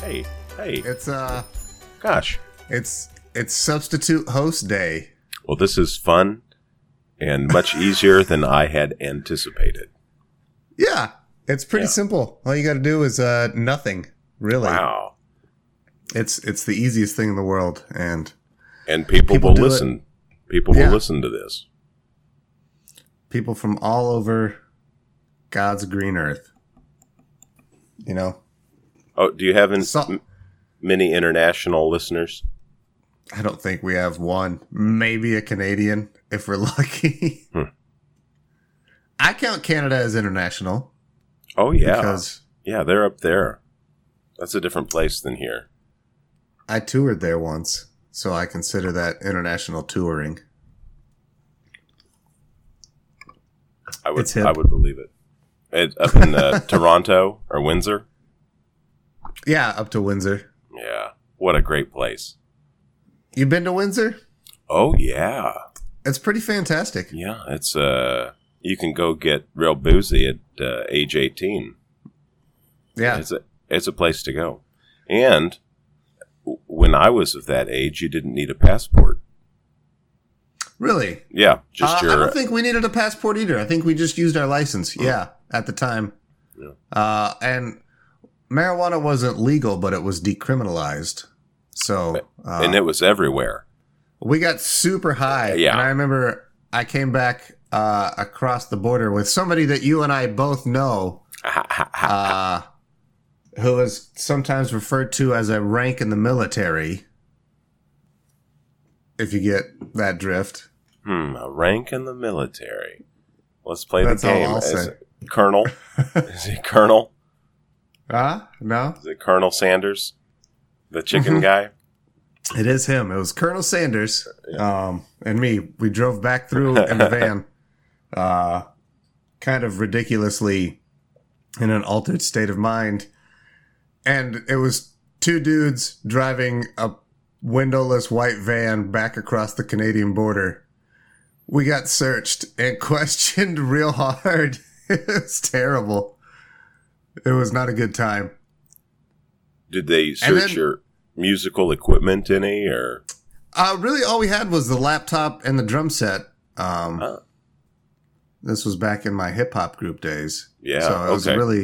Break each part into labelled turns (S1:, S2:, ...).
S1: Hey, hey,
S2: It's uh,
S1: gosh.
S2: it's it's substitute host day.
S1: Well, this is fun and much easier than I had anticipated.
S2: Yeah, it's pretty
S1: Yeah.
S2: simple. All you got to do is uh, nothing really.
S1: Wow.
S2: It's it's the easiest thing in the world, and
S1: And people,
S2: People
S1: will
S2: do it.
S1: listen. People
S2: Yeah.
S1: will listen to this.
S2: people from all over God's green earth. You know,
S1: Oh, do you have in-
S2: So-
S1: m- many international listeners?
S2: I don't think we have one, maybe a Canadian if we're lucky.
S1: Hmm.
S2: I count Canada as international
S1: Oh yeah,
S2: because
S1: yeah, they're up there. That's a different place than here.
S2: I toured there once, so I consider that international touring.
S1: I would,
S2: It's hip.
S1: I would believe it. it up in uh, Toronto or Windsor.
S2: Yeah, up to Windsor.
S1: Yeah, what a great place.
S2: You been to Windsor?
S1: Oh yeah,
S2: It's pretty fantastic.
S1: yeah. It's uh, you can go get real boozy at uh, age eighteen.
S2: Yeah.
S1: It's a it's a place to go. And w- when I was of that age, you didn't need a passport.
S2: Really?
S1: Yeah, just
S2: Uh, I
S1: your
S2: don't think we needed a passport either. I think we just used our license. Yeah, at the time.
S1: Yeah.
S2: Uh, and marijuana wasn't legal, but it was decriminalized. So uh,
S1: and it was everywhere.
S2: we got super high.
S1: Yeah.
S2: And I remember I came back uh, across the border with somebody that you and I both know, uh, who is sometimes referred to as a rank in the military. If you get that drift.
S1: Hmm, a rank in the military. Let's play
S2: That's
S1: the
S2: all
S1: game.
S2: I'll
S1: Is
S2: say.
S1: it Colonel? is it Colonel?
S2: Ah, no?
S1: Is it Colonel Sanders? The chicken
S2: Mhm.
S1: guy?
S2: It is him. It was Colonel Sanders um, and me. We drove back through in the van, uh, kind of ridiculously in an altered state of mind. And it was two dudes driving a windowless white van back across the Canadian border. We got searched and questioned real hard. it was terrible. It was not a good time.
S1: Did they search
S2: then-
S1: your musical equipment any or
S2: Uh, really, all we had was the laptop and the drum set. Um,
S1: Oh.
S2: This was back in my hip hop group days.
S1: Yeah,
S2: So it was
S1: okay.
S2: really,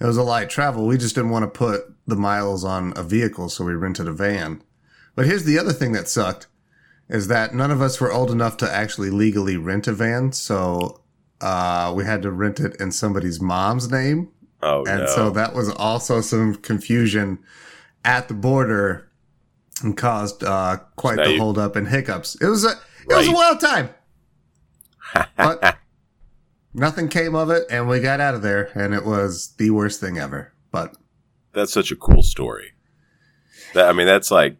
S2: it was a light travel. We just didn't want to put the miles on a vehicle, so we rented a van. But here's the other thing that sucked is that none of us were old enough to actually legally rent a van. So uh, we had to rent it in somebody's mom's name.
S1: Oh
S2: And
S1: no.
S2: so that was also some confusion at the border and caused uh, quite
S1: Now
S2: the
S1: you-
S2: holdup and hiccups. It was a it was a
S1: Right.
S2: wild time. but nothing came of it and we got out of there and it was the worst thing ever. But
S1: that's such a cool story. That I mean that's like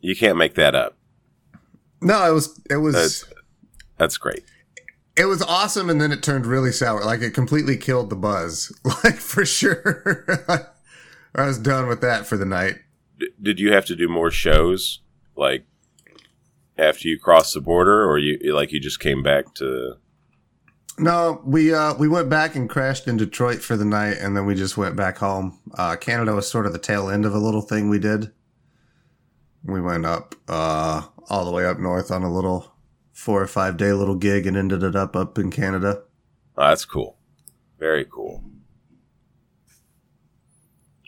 S1: you can't make that up.
S2: no, it was it was
S1: That's- That's great.
S2: it was awesome and then it turned really sour. Like it completely killed the buzz. Like for sure. I was done with that for the night.
S1: D- did you have to do more shows like after you crossed the border or you like you just came back to oh,
S2: No, we uh, we went back and crashed in Detroit for the night, and then we just went back home. Uh, Canada was sort of the tail end of a little thing we did. We went up uh, all the way up north on a little four or five day little gig, and ended it up up in Canada.
S1: Oh, that's cool. Very cool.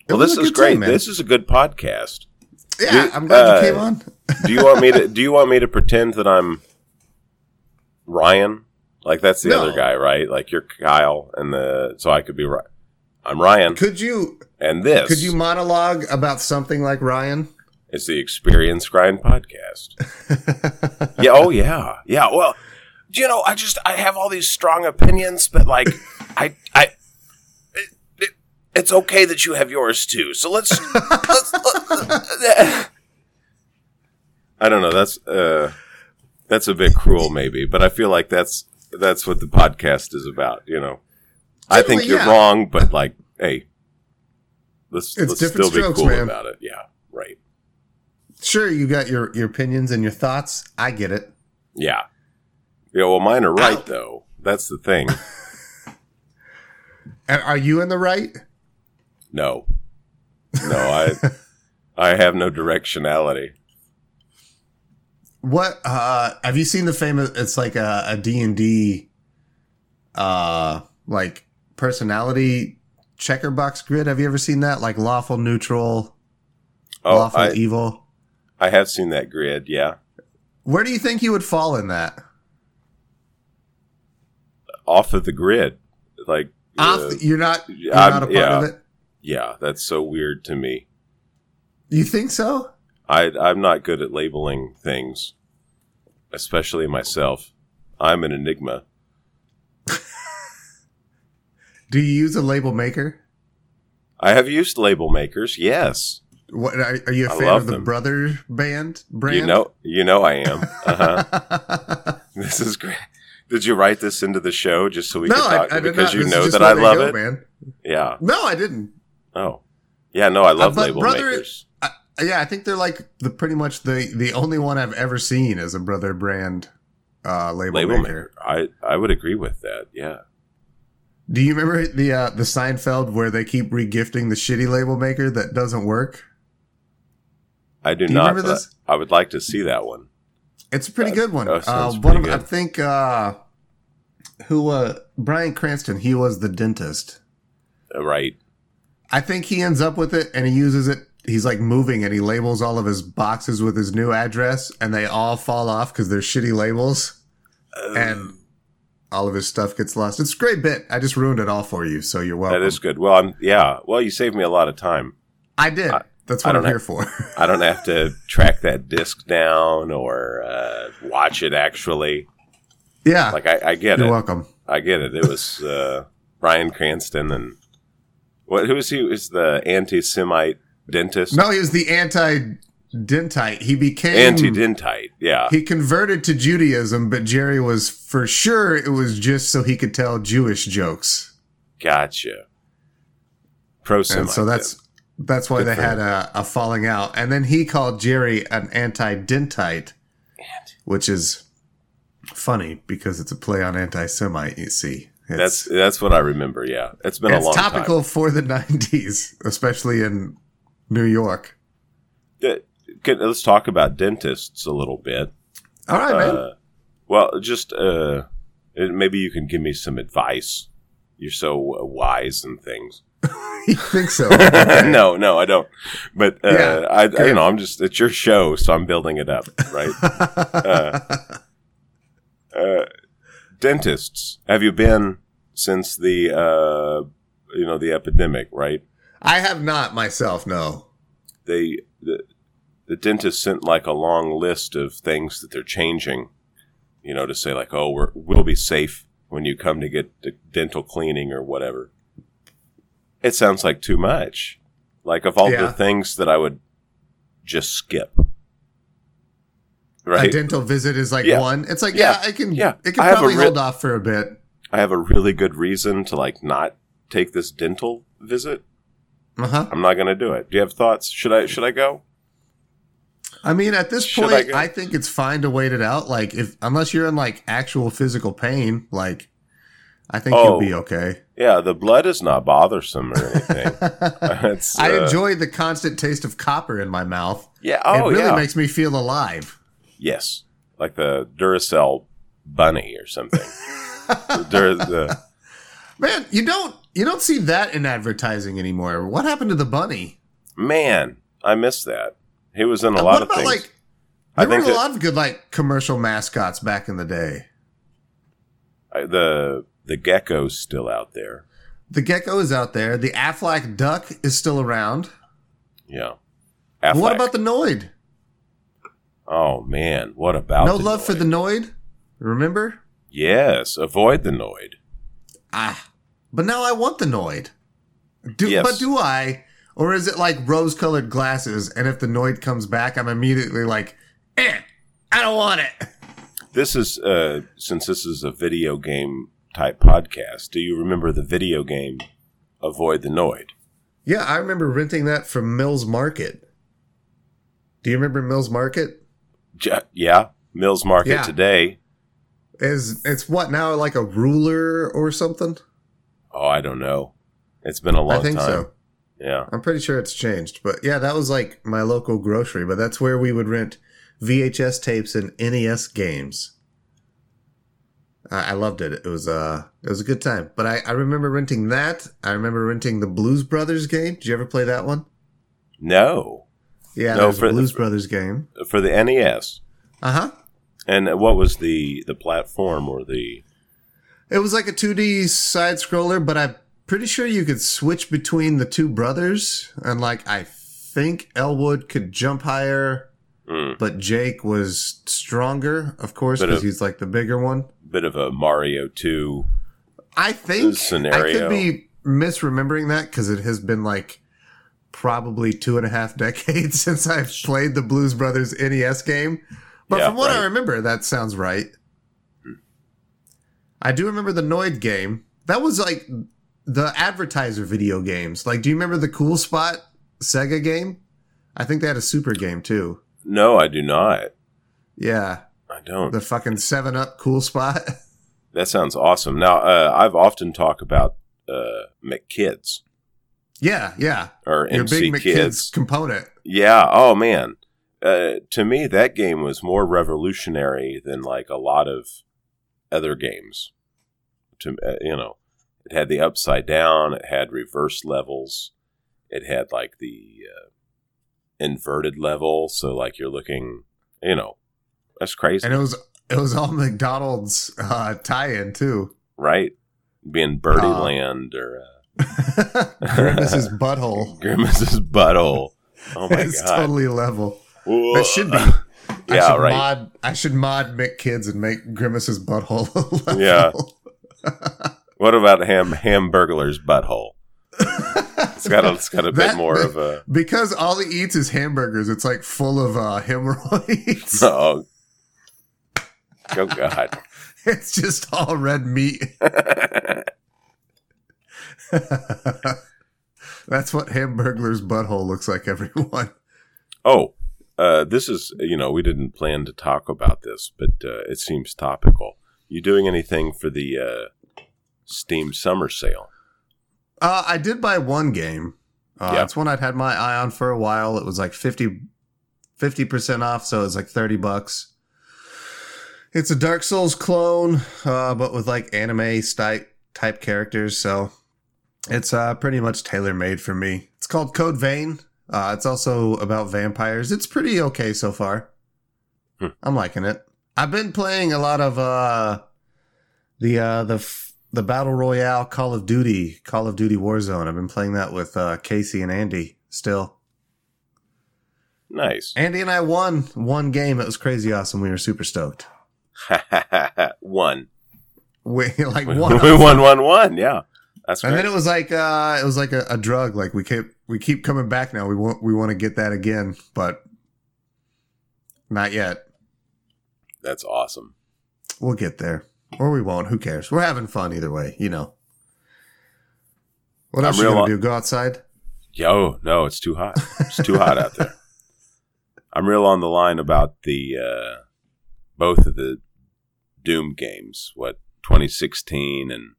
S2: It
S1: Well,
S2: was
S1: this
S2: a
S1: is
S2: good time,
S1: great.
S2: man.
S1: this is a good podcast.
S2: yeah,
S1: you-
S2: I'm glad
S1: uh,
S2: you came on.
S1: Do you want me to? Do you want me to pretend that I'm Ryan? Like that's the
S2: No.
S1: other guy, right? Like you're Kyle, and the so I could be right. I'm Ryan,
S2: Could you
S1: and this
S2: could you monologue about something like Ryan?
S1: is the Experience Grind podcast. yeah. Oh yeah. Yeah. Well, do you know, I just I have all these strong opinions, but like, I I. it- it- It's okay that you have yours too. So let's let's. let- I don't know. That's uh, that's a bit cruel, maybe, but I feel like that's that's what the podcast is about. You know, I think
S2: Generally,
S1: you're
S2: yeah.
S1: wrong, but like, hey, let's
S2: It's
S1: let's
S2: different
S1: still be
S2: strokes,
S1: cool
S2: man.
S1: about it. Yeah, right.
S2: Sure, you got your your opinions and your thoughts. I get it.
S1: Yeah. Yeah, well, mine are right,
S2: Ow.
S1: though. That's the thing.
S2: And are you in the right?
S1: No. No, I I have no directionality.
S2: What uh have you seen the famous it's like a, a D&D uh like personality checker box grid? Have you ever seen that like lawful neutral,
S1: Oh,
S2: lawful
S1: I,
S2: evil?
S1: I have seen that grid. Yeah,
S2: Where do you think you would fall in that?
S1: off of the grid, like uh,
S2: Off, you're not you're
S1: I'm-
S2: not a part
S1: yeah.
S2: of it.
S1: yeah, that's so weird to me.
S2: You think so?
S1: I I'm not good at labeling things, especially myself. I'm an enigma.
S2: Do you use a label maker?
S1: I have used label makers. Yes,
S2: What are, are you a
S1: I
S2: fan
S1: love
S2: of the
S1: them.
S2: Brother Band brand?
S1: you know, you know, I am. Uh-huh. this is great. Did you write this into the show just so we
S2: no,
S1: could
S2: I,
S1: talk
S2: I did
S1: because
S2: not.
S1: you
S2: This is
S1: know
S2: just
S1: that
S2: where
S1: I
S2: they
S1: love
S2: go,
S1: it?
S2: man.
S1: Yeah.
S2: No, I didn't.
S1: Oh, yeah. No, I love
S2: but
S1: label
S2: brother-
S1: makers.
S2: I, yeah, I think they're like the pretty much the the only one I've ever seen as a Brother Brand uh, label,
S1: Label
S2: maker.
S1: maker. I I would agree with that. Yeah.
S2: Do you remember the uh, the Seinfeld where they keep regifting the shitty label maker that doesn't work?
S1: I do,
S2: Do you
S1: not.
S2: remember
S1: but
S2: this?
S1: I would like to see that one.
S2: It's a pretty
S1: That-
S2: good one.
S1: that
S2: uh,
S1: sounds
S2: one of,
S1: pretty
S2: I
S1: good.
S2: think uh, who uh, Brian Cranston. He was the dentist.
S1: Uh, Right.
S2: I think he ends up with it and he uses it. He's like moving and he labels all of his boxes with his new address and they all fall off because they're shitty labels
S1: Uh,
S2: and all of his stuff gets lost. It's a great bit. I just ruined it all for you, so you're welcome.
S1: That is good. Well, I'm yeah. Well, you saved me a lot of time.
S2: I did.
S1: I-
S2: That's
S1: I
S2: what I'm
S1: don't
S2: here for.
S1: I don't have to track that disc down or uh, watch it actually.
S2: yeah.
S1: Like I, I get
S2: you're
S1: it.
S2: welcome.
S1: I get it. It was uh, Brian Cranston and what? Who is he? Is the anti-Semite dentist?
S2: No, he was the anti dentite. He became
S1: Anti-dentite. Yeah.
S2: He converted to Judaism, but Jerry was for sure it was just so he could tell Jewish jokes.
S1: Gotcha. Pro
S2: and
S1: Semite.
S2: so that's that's why
S1: Good
S2: they
S1: for
S2: had a, a falling out and then he called jerry an anti-dentite which is funny because it's a play on anti-semite you see it's,
S1: that's that's what I remember. Yeah, it's been a
S2: it's
S1: long
S2: topical for the 90s especially in new york
S1: time. Uh, could- Let's talk about dentists a little bit.
S2: all right man
S1: Uh, well, just uh, uh, maybe you can give me some advice. You're so uh, wise and things.
S2: you think so
S1: no, no, I don't. But uh,
S2: Yeah,
S1: I, I,
S2: good.
S1: you know, I'm just it's your show, so I'm building it up, right? uh, uh, dentists, have you been since the uh, you know the epidemic, right?
S2: i have not myself no
S1: they the, the dentist sent like a long list of things that they're changing you know to say like oh we're, we'll be safe when you come to get the dental cleaning or whatever it sounds like too much like of all
S2: Yeah.
S1: the things that i would just skip
S2: a
S1: right
S2: dental visit is like
S1: Yeah.
S2: one it's like yeah,
S1: Yeah.
S2: i can
S1: Yeah.
S2: it can
S1: I have a
S2: probably
S1: re-
S2: hold off for a bit
S1: i have a really good reason to like not take this dental visit
S2: uh-huh
S1: i'm not going to do it do you have thoughts should i should i go
S2: I mean, at this
S1: Should I
S2: point,
S1: go?
S2: I, think it's fine to wait it out. Like, if unless you're in like actual physical pain, like I think
S1: Oh.
S2: you'll be okay.
S1: yeah the blood is not bothersome or anything It's,
S2: I
S1: uh,
S2: enjoy the constant taste of copper in my mouth.
S1: yeah oh
S2: it really
S1: yeah
S2: makes me feel alive.
S1: Yes, like the Duracell bunny or something. Dur- the,
S2: Man, you don't you don't see that in advertising anymore. What happened to the bunny?
S1: man, I miss that. He was in a
S2: Uh,
S1: lot
S2: what
S1: of
S2: about
S1: things.
S2: like
S1: I
S2: there were
S1: think
S2: a
S1: that-
S2: lot of good like commercial mascots back in the day.
S1: I- the the gecko's still out there.
S2: The gecko is out there. The Aflac duck is still around.
S1: Yeah. Affleck.
S2: What about the Noid?
S1: Oh man, what about
S2: no
S1: the
S2: love for
S1: Noid?
S2: the Noid. Remember?
S1: Yes, avoid the Noid.
S2: Ah, but now I want the Noid. Do,
S1: Yes.
S2: But do I? Or is it like rose colored glasses? And if the Noid comes back, I'm immediately like, eh, I don't want it.
S1: This is uh since this is a video game type podcast. Do you remember the video game Avoid the Noid?
S2: Yeah, I remember renting that from Mills Market. Do you remember Mills Market?
S1: J- yeah, Mills Market
S2: Yeah.
S1: today.
S2: Is it's what now like a ruler or something?
S1: Oh, I don't know. It's been a long
S2: I think
S1: time.
S2: so.
S1: Yeah.
S2: I'm pretty sure it's changed, but yeah, that was like my local grocery. But that's where we would rent VHS tapes and NES games. I, I loved it. It was uh, it was a good time. But I, I remember renting that. I remember renting the Blues Brothers game. Did you ever play that one?
S1: No.
S2: Yeah,
S1: No,
S2: there's
S1: for-
S2: a Blues Brothers game.
S1: For the NES.
S2: Uh huh.
S1: And what was the the platform or the
S2: It was like a 2D side scroller, but I'm pretty sure you could switch between the two brothers. And like, I think Elwood could jump higher,
S1: mm,
S2: but Jake was stronger, of course,
S1: But
S2: because
S1: a-
S2: he's like the bigger one.
S1: bit of a Mario two?
S2: I think I
S1: scenario.
S2: could be misremembering that because it has been like probably two and a half decades since I've played the Blues Brothers NES game. But
S1: Yeah,
S2: from what
S1: right.
S2: I remember, that sounds right. I do remember the Noid game. That was like the advertiser video games. Like, do you remember the Cool Spot Sega game? I think they had a Super game too.
S1: No, I do not.
S2: Yeah,
S1: I don't.
S2: the fucking Seven Up Cool Spot.
S1: That sounds awesome. Now uh, I've often talked about uh, McKids
S2: yeah, yeah.
S1: or
S2: Your
S1: MC
S2: big McKids
S1: Kids.
S2: component.
S1: Yeah. Oh man. Uh, to me, that game was more revolutionary than like a lot of other games. To uh, you know, it had the upside down. It had reverse levels. It had like the uh, inverted level. So like you're looking. You know, that's crazy,
S2: and it was it was all McDonald's uh, tie-in too.
S1: right? Being Birdie
S2: Uh,
S1: Land or uh,
S2: Grimace's butthole
S1: Grimace's butthole. Oh my
S2: is
S1: god!
S2: Oh. totally level.
S1: Whoa.
S2: That should be. I
S1: yeah,
S2: should
S1: right.
S2: Mod, I should mod McKids and make Grimace's butthole. a
S1: Yeah.
S2: level.
S1: What about ham hamburglar's butthole? It's got a, it's got a bit
S2: That-
S1: more of a
S2: because all he eats is hamburgers. It's like full of uh, hemorrhoids.
S1: oh, oh god.
S2: it's just all red meat. That's what Hamburglar's butthole looks like, everyone.
S1: oh, uh, this is you know we didn't plan to talk about this, but uh, it seems topical. You doing anything for the uh, Steam Summer Sale?
S2: Uh, I did buy one game. Uh,
S1: Yeah.
S2: It's one I'd had my eye on for a while. It was like 50 percent off, so it was like thirty bucks. It's a Dark Souls clone, uh, but with like anime type type characters. So it's uh, pretty much tailor made for me. It's called Code Vein. Uh, it's also about vampires. It's pretty okay so far.
S1: Hmm.
S2: I'm liking it. I've been playing a lot of uh, the uh, the f- the battle royale Call of Duty Call of Duty Warzone. I've been playing that with uh, Casey and Andy still.
S1: Nice.
S2: Andy and I won one game. It was crazy awesome. We were super stoked.
S1: one.
S2: We like
S1: We
S2: won.
S1: won one one. Yeah, that's
S2: And
S1: great.
S2: then it was like uh, it was like a, a drug. Like we keep we keep coming back now. We want we want to get that again, but not yet.
S1: that's awesome.
S2: We'll get there, or we won't. Who cares? We're having fun either way. You know. What
S1: I'm
S2: else you
S1: real-
S2: gonna do? Go outside?
S1: Yo, oh, no, it's too hot. It's too hot out there. I'm real on the line about the uh, both of the Doom games. What 2016 and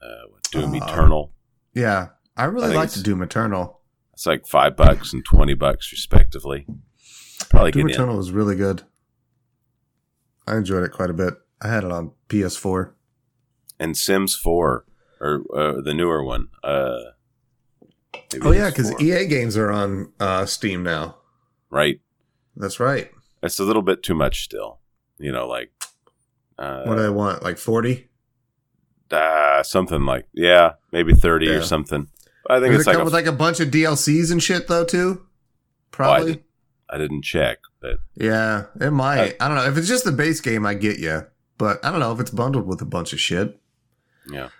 S1: uh, what, Doom
S2: Uh,
S1: Eternal.
S2: Yeah, I
S1: I
S2: really
S1: think
S2: like to
S1: it's-
S2: Doom Eternal.
S1: It's like five bucks and twenty bucks respectively. Probably
S2: Doom
S1: get in.
S2: Eternal was really good. I enjoyed it quite a bit. I had it on PS4.
S1: and Sims 4 or uh, the newer one. Uh, maybe
S2: Oh yeah,
S1: it's
S2: because
S1: 4.
S2: EA games are on uh, Steam now.
S1: right.
S2: That's right.
S1: That's a little bit too much still. You know, like uh,
S2: what do they want? Like forty?
S1: uh, something like yeah, maybe thirty
S2: Yeah.
S1: or something. I think
S2: Does it
S1: it's like
S2: come
S1: a,
S2: with like a bunch of DLCs and shit though too? Probably.
S1: didn't- I didn't check, but
S2: yeah, it might.
S1: Uh,
S2: I don't know. If it's just the base game, I get you. But I don't know if it's bundled with a bunch of shit.
S1: yeah.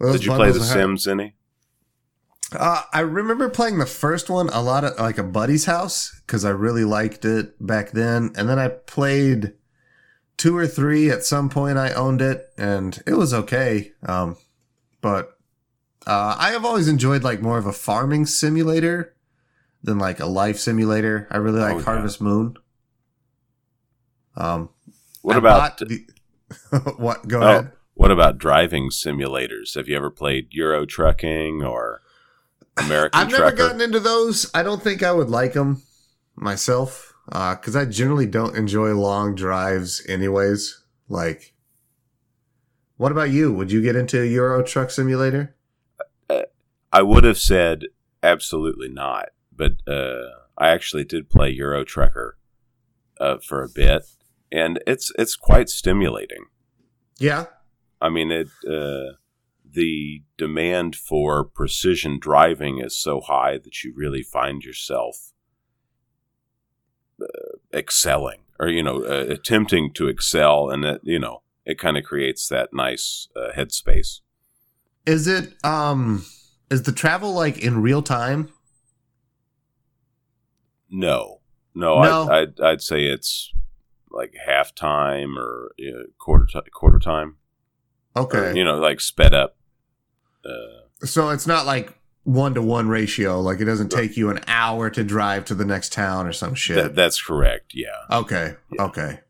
S2: Those
S1: Did you play The
S2: bundles have-
S1: Sims any?
S2: Uh, I remember playing the first one a lot at like a buddy's house because I really liked it back then. And then I played two or three at some point. I owned it and it was okay. Um, but uh, I have always enjoyed like more of a farming simulator than like a life simulator. I really like
S1: Oh, yeah.
S2: Harvest Moon. Um,
S1: What
S2: I
S1: about
S2: bought the- what? Go
S1: Oh.
S2: ahead.
S1: what about driving simulators? Have you ever played Euro Trucking or American
S2: I've
S1: trucker.
S2: never gotten into those. I don't think I would like them myself because I generally don't enjoy long drives, anyways. Like, what about you? Would you get into a Euro Truck Simulator?
S1: I would have said absolutely not, but uh, I actually did play Euro Trucker uh, for a bit, and it's it's quite stimulating.
S2: Yeah,
S1: I mean, it uh, the demand for precision driving is so high that you really find yourself uh, excelling, or you know, uh, attempting to excel, and that you know, it kind of creates that nice uh, headspace.
S2: is it? Um, is the travel like in real time?
S1: No, no,
S2: No.
S1: I, I'd, I'd say it's like halftime or you know, quarter ti quarter time,
S2: Okay,
S1: or, you know, like sped up. Uh,
S2: so it's not like one to one ratio. Like it doesn't take you an hour to drive to the next town or some shit.
S1: that, that's correct. Yeah,
S2: Okay.
S1: Yeah.
S2: Okay.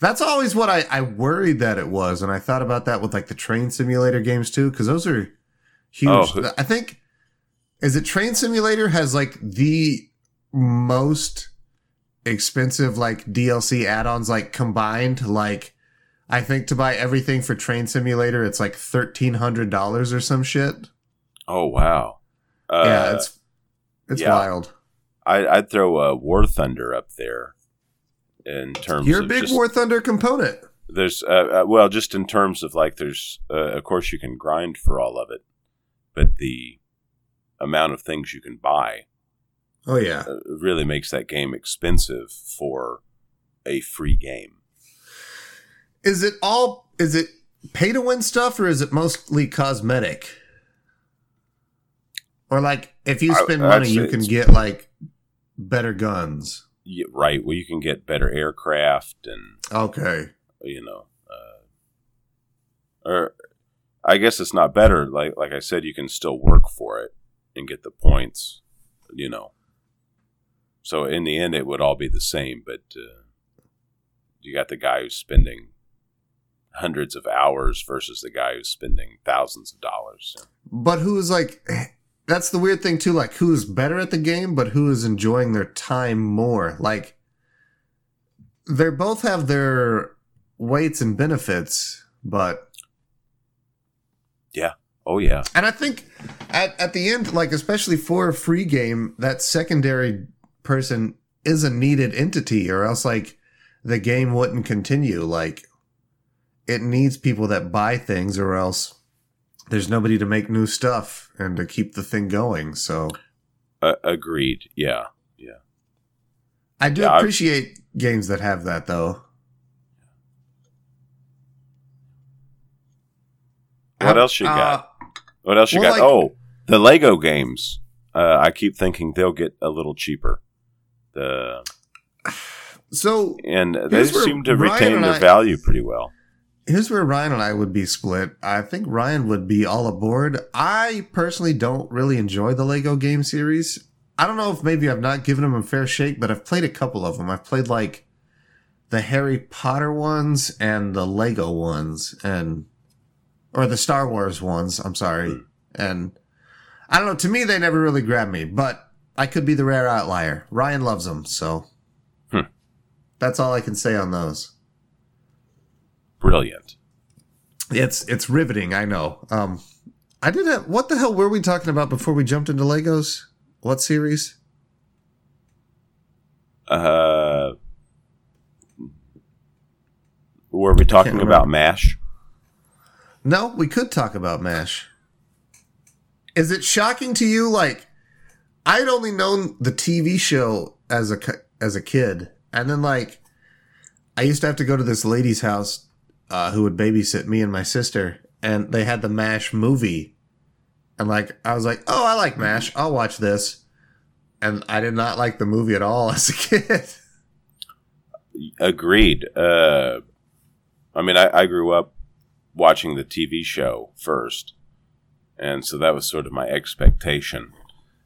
S2: That's always what I, I worried that it was. And I thought about that with like the train simulator games too, because those are huge.
S1: Oh.
S2: I think, is it train simulator has like the most expensive like DLC add ons like combined? Like, I think to buy everything for train simulator, it's like $1,300 or some shit.
S1: Oh wow. Uh,
S2: yeah. It's, it's
S1: yeah.
S2: wild.
S1: I, I'd throw uh, War Thunder up there in terms.
S2: You're a
S1: of
S2: big
S1: just-
S2: War Thunder component.
S1: There's uh, uh, well, just in terms of like there's uh, of course you can grind for all of it, but the amount of things you can buy
S2: Oh, yeah.
S1: uh, really makes that game expensive for a free game.
S2: Is it all? Is it pay to win stuff, or is it mostly cosmetic? Or like, if you
S1: I-
S2: spend
S1: I'd
S2: money,
S1: say
S2: you can
S1: it's-
S2: get like better guns.
S1: Yeah, right. Well, you can get better aircraft and
S2: Okay.
S1: you know, uh, or I guess it's not better. Like like I said, you can still work for it and get the points. You know, so in the end, it would all be the same. But uh, you got the guy who's spending hundreds of hours versus the guy who's spending thousands of dollars.
S2: But who's like? That's the weird thing too. Like, who's better at the game, but who is enjoying their time more? Like, they both have their weights and benefits, but
S1: Oh yeah,
S2: And I think at, at the end, like especially for a free game, that secondary person is a needed entity, or else like the game wouldn't continue. Like it needs people that buy things, or else there's nobody to make new stuff and to keep the thing going. So
S1: uh, agreed. Yeah.
S2: I do
S1: Yeah, I-
S2: appreciate games that have that, though.
S1: What else
S2: Uh,
S1: you got? What else you
S2: Well,
S1: got?
S2: like-
S1: oh, the Lego games. Uh, I keep thinking they'll get a little cheaper. The
S2: So
S1: and they
S2: Here's where
S1: seem to
S2: Ryan
S1: retain
S2: and
S1: their
S2: I-
S1: value pretty well.
S2: here's where Ryan and I would be split. I think Ryan would be all aboard. I personally don't really enjoy the Lego game series. I don't know if maybe I've not given them a fair shake, but I've played a couple of them. I've played like the Harry Potter ones and the Lego ones and or the Star Wars ones, I'm sorry.
S1: Hmm.
S2: And I don't know, to me they never really grabbed me, but I could be the rare outlier. Ryan loves them, so
S1: Hmm.
S2: that's all I can say on those.
S1: Brilliant.
S2: It's it's riveting. I know. Um, I did have what the hell were we talking about before we jumped into Legos? What series?
S1: Uh, were we talking
S2: remember.
S1: about Mash?
S2: No, we could talk about Mash. Is it shocking to you? Like, I had only known the TV show as a ki- as a kid, and then like, I used to have to go to this lady's house uh, who would babysit me and my sister, and they had the Mash movie, and like, I was like, oh, I like Mash, I'll watch this, and I did not like the movie at all as a kid.
S1: Agreed. Uh, I mean, I, I grew up watching the TV show first, and so that was sort of my expectation.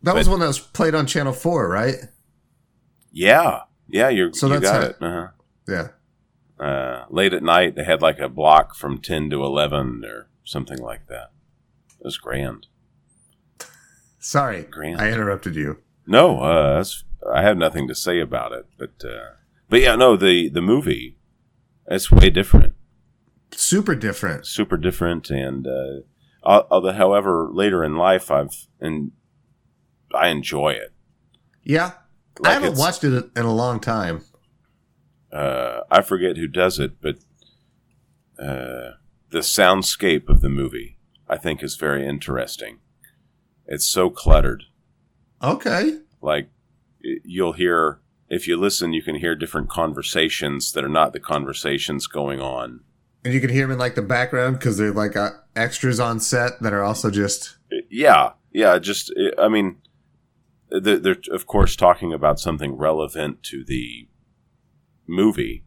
S2: That was one that was played on Channel Four, right?
S1: Yeah, yeah, you're
S2: So
S1: you
S2: that's
S1: got
S2: how-
S1: it. Uh-huh.
S2: Yeah.
S1: uh, late at night. They had like a block from 10 to 11 or something like that. It was grand.
S2: Sorry,
S1: Grand.
S2: I interrupted you.
S1: No, uh, that's, I have nothing to say about it. But uh, but yeah, no, the the movie, it's way different,
S2: Super different.
S1: super different, and uh, al- although however later in life I've and I enjoy it.
S2: Yeah, I haven't
S1: it's-
S2: watched it in a long time.
S1: Uh, I forget who does it, but uh, the soundscape of the movie I think is very interesting. It's so cluttered.
S2: Okay.
S1: like y- you'll hear if you listen you can hear different conversations that are not the conversations going on
S2: And you can hear them in like the background because they're like uh, extras on set that are also just
S1: Uh, yeah yeah just uh, i mean they're, they're of course talking about something relevant to the movie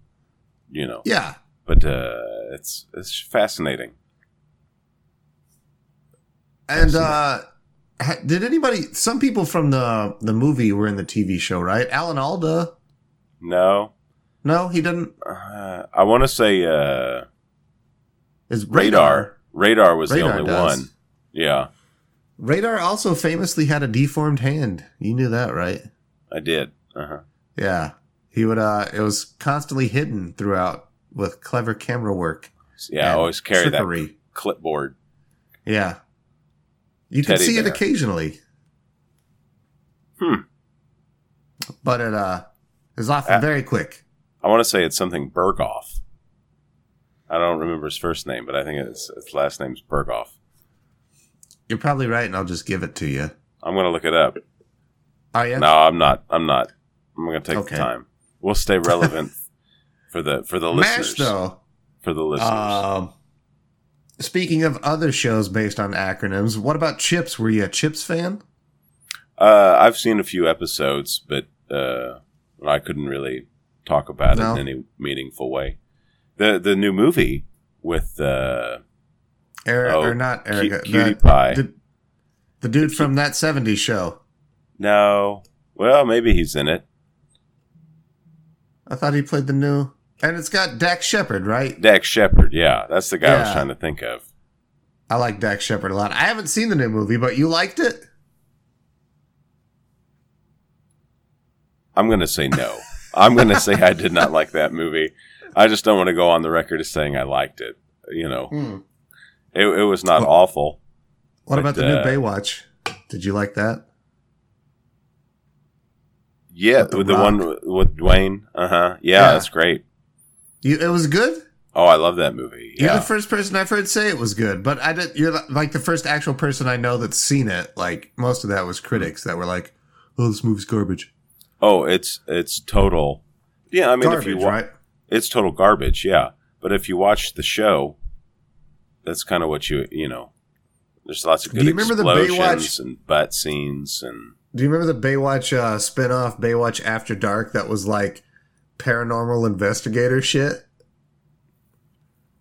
S1: you know
S2: yeah.
S1: but uh it's it's fascinating
S2: And uh ha- did anybody? Some people from the the movie were in the TV show, right? Alan Alda?
S1: no
S2: No, he didn't.
S1: uh, i want to say uh
S2: Is
S1: radar radar was the only
S2: does.
S1: one yeah
S2: Radar also famously had a deformed hand. You knew that, right?
S1: i did uh-huh
S2: Yeah. He would uh it was constantly hidden throughout with clever camera work.
S1: yeah i
S2: and
S1: always carry
S2: trickery.
S1: that clipboard
S2: Yeah. You could
S1: Teddy
S2: see it
S1: bear.
S2: occasionally.
S1: Hmm.
S2: But it uh is often
S1: Uh,
S2: very quick.
S1: I want to say it's something Berghoff. I don't remember his first name, but I think it's, his last name's Berghoff.
S2: You're probably right and I'll just give it to you. Oh,
S1: I'm gonna look it up.
S2: Are you?
S1: No, I'm not. I'm not. I'm gonna take
S2: Okay.
S1: the time. We'll stay relevant for the for the
S2: MASH
S1: listeners.
S2: though.
S1: For the listeners,
S2: Um Speaking of other shows based on acronyms, what about Chips? Were you a Chips fan?
S1: uh, I've seen a few episodes, but uh, I couldn't really talk about
S2: No.
S1: it in any meaningful way. the The new movie with uh,
S2: Eric,
S1: Oh,
S2: or not
S1: Cu-
S2: Erica?
S1: Cutie
S2: the-
S1: Pie.
S2: the, the dude from that 70s show.
S1: no, well, maybe he's in it.
S2: I thought he played the new. And it's got Dak Shepard, right?
S1: Dax Shepard. Yeah, that's the guy I was
S2: Yeah.
S1: trying to think of.
S2: I like Dak Shepard a lot. I haven't seen the new movie, but you liked it?
S1: I'm going to say no. I'm going to say I did not like that movie. I just don't want to go on the record as saying I liked it. You know,
S2: Hmm.
S1: it, it was not
S2: Well-
S1: awful.
S2: What
S1: But,
S2: about the new
S1: uh,
S2: Baywatch? Did you like that?
S1: Yeah,
S2: With The
S1: with the one with- with Dwayne. Uh huh. Yeah,
S2: Yeah.
S1: that's great.
S2: You, it was good.
S1: Oh, I love that movie.
S2: You're the
S1: Yeah.
S2: first person I've heard say it was good, but I did. You're the, like the first actual person I know that's seen it. Like most of that was critics that were like, "Oh, this movie's garbage."
S1: Oh, it's it's total. Yeah, I mean,
S2: garbage,
S1: if you wa-
S2: right?
S1: it's total garbage. Yeah, but if you watch the show, that's kind of what you you know. There's lots of
S2: Do
S1: good
S2: you remember the
S1: explosions and butt scenes and
S2: Do you remember the Baywatch uh, spinoff, Baywatch After Dark, that was like paranormal investigator shit?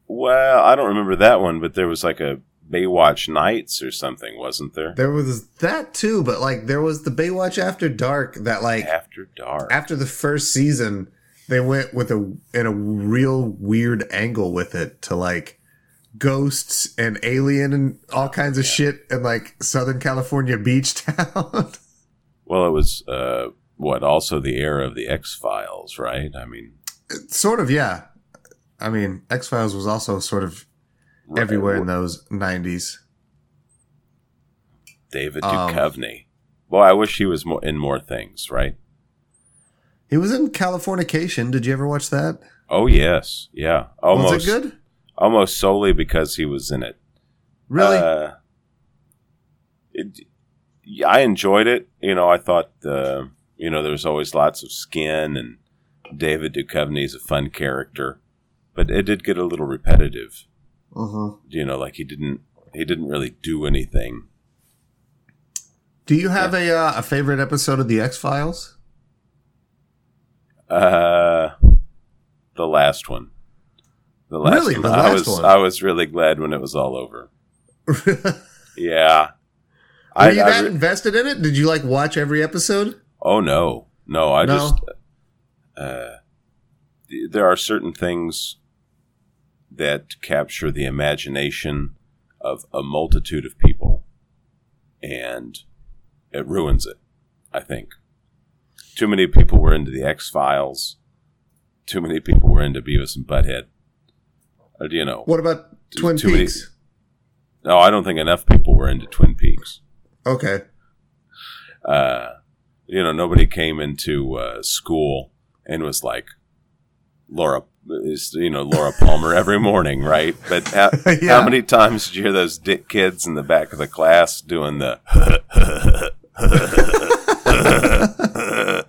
S1: Well, I don't remember that one, but there was like a Baywatch Nights or something, wasn't there?
S2: There was that too, but like there was the Baywatch After Dark that like
S1: After Dark.
S2: after the first season they went with a in a real weird angle with it to like ghosts and alien and all kinds of shit in like Southern California beach town.
S1: Well, it was uh, what also the era of the X Files, right? I mean,
S2: sort of, yeah. I mean, X Files was also sort of
S1: r-
S2: everywhere in
S1: r-
S2: those '90s.
S1: David
S2: Um,
S1: Duchovny. Boy, I wish he was more in more things, right?
S2: He was in Californication. Did you ever watch that?
S1: Oh yes, yeah, almost,
S2: Was it good?
S1: almost solely because he was in it.
S2: Really?
S1: Uh, it, yeah, I enjoyed it. You know, I thought uh, you know there's always lots of skin, and David Duchovny is a fun character, but it did get a little repetitive.
S2: uh-huh.
S1: You know, like he didn't he didn't really do anything.
S2: Do you have a uh, a favorite episode of the X Files?
S1: Uh, the last one. The last
S2: Really?
S1: one.
S2: The
S1: I
S2: last
S1: was
S2: one?
S1: I was really glad when it was all over.
S2: Were
S1: Yeah.
S2: you
S1: I
S2: that
S1: re-
S2: invested in it? Did you like watch every episode?
S1: Oh no, no! I
S2: No?
S1: just uh, th- there are certain things that capture the imagination of a multitude of people, and It ruins it, I think. Too many people were into the X Files. Too many people were into Beavis and Butthead. Uh, you know?
S2: What about
S1: Too-
S2: Twin
S1: too many-
S2: Peaks?
S1: No, I don't think enough people were into Twin Peaks.
S2: Okay.
S1: Uh, you know, nobody came into uh, school and was like Laura, is, you know, Laura Palmer every morning, right? But how,
S2: Yeah.
S1: how many times did you hear those dick kids in the back of the class doing the? and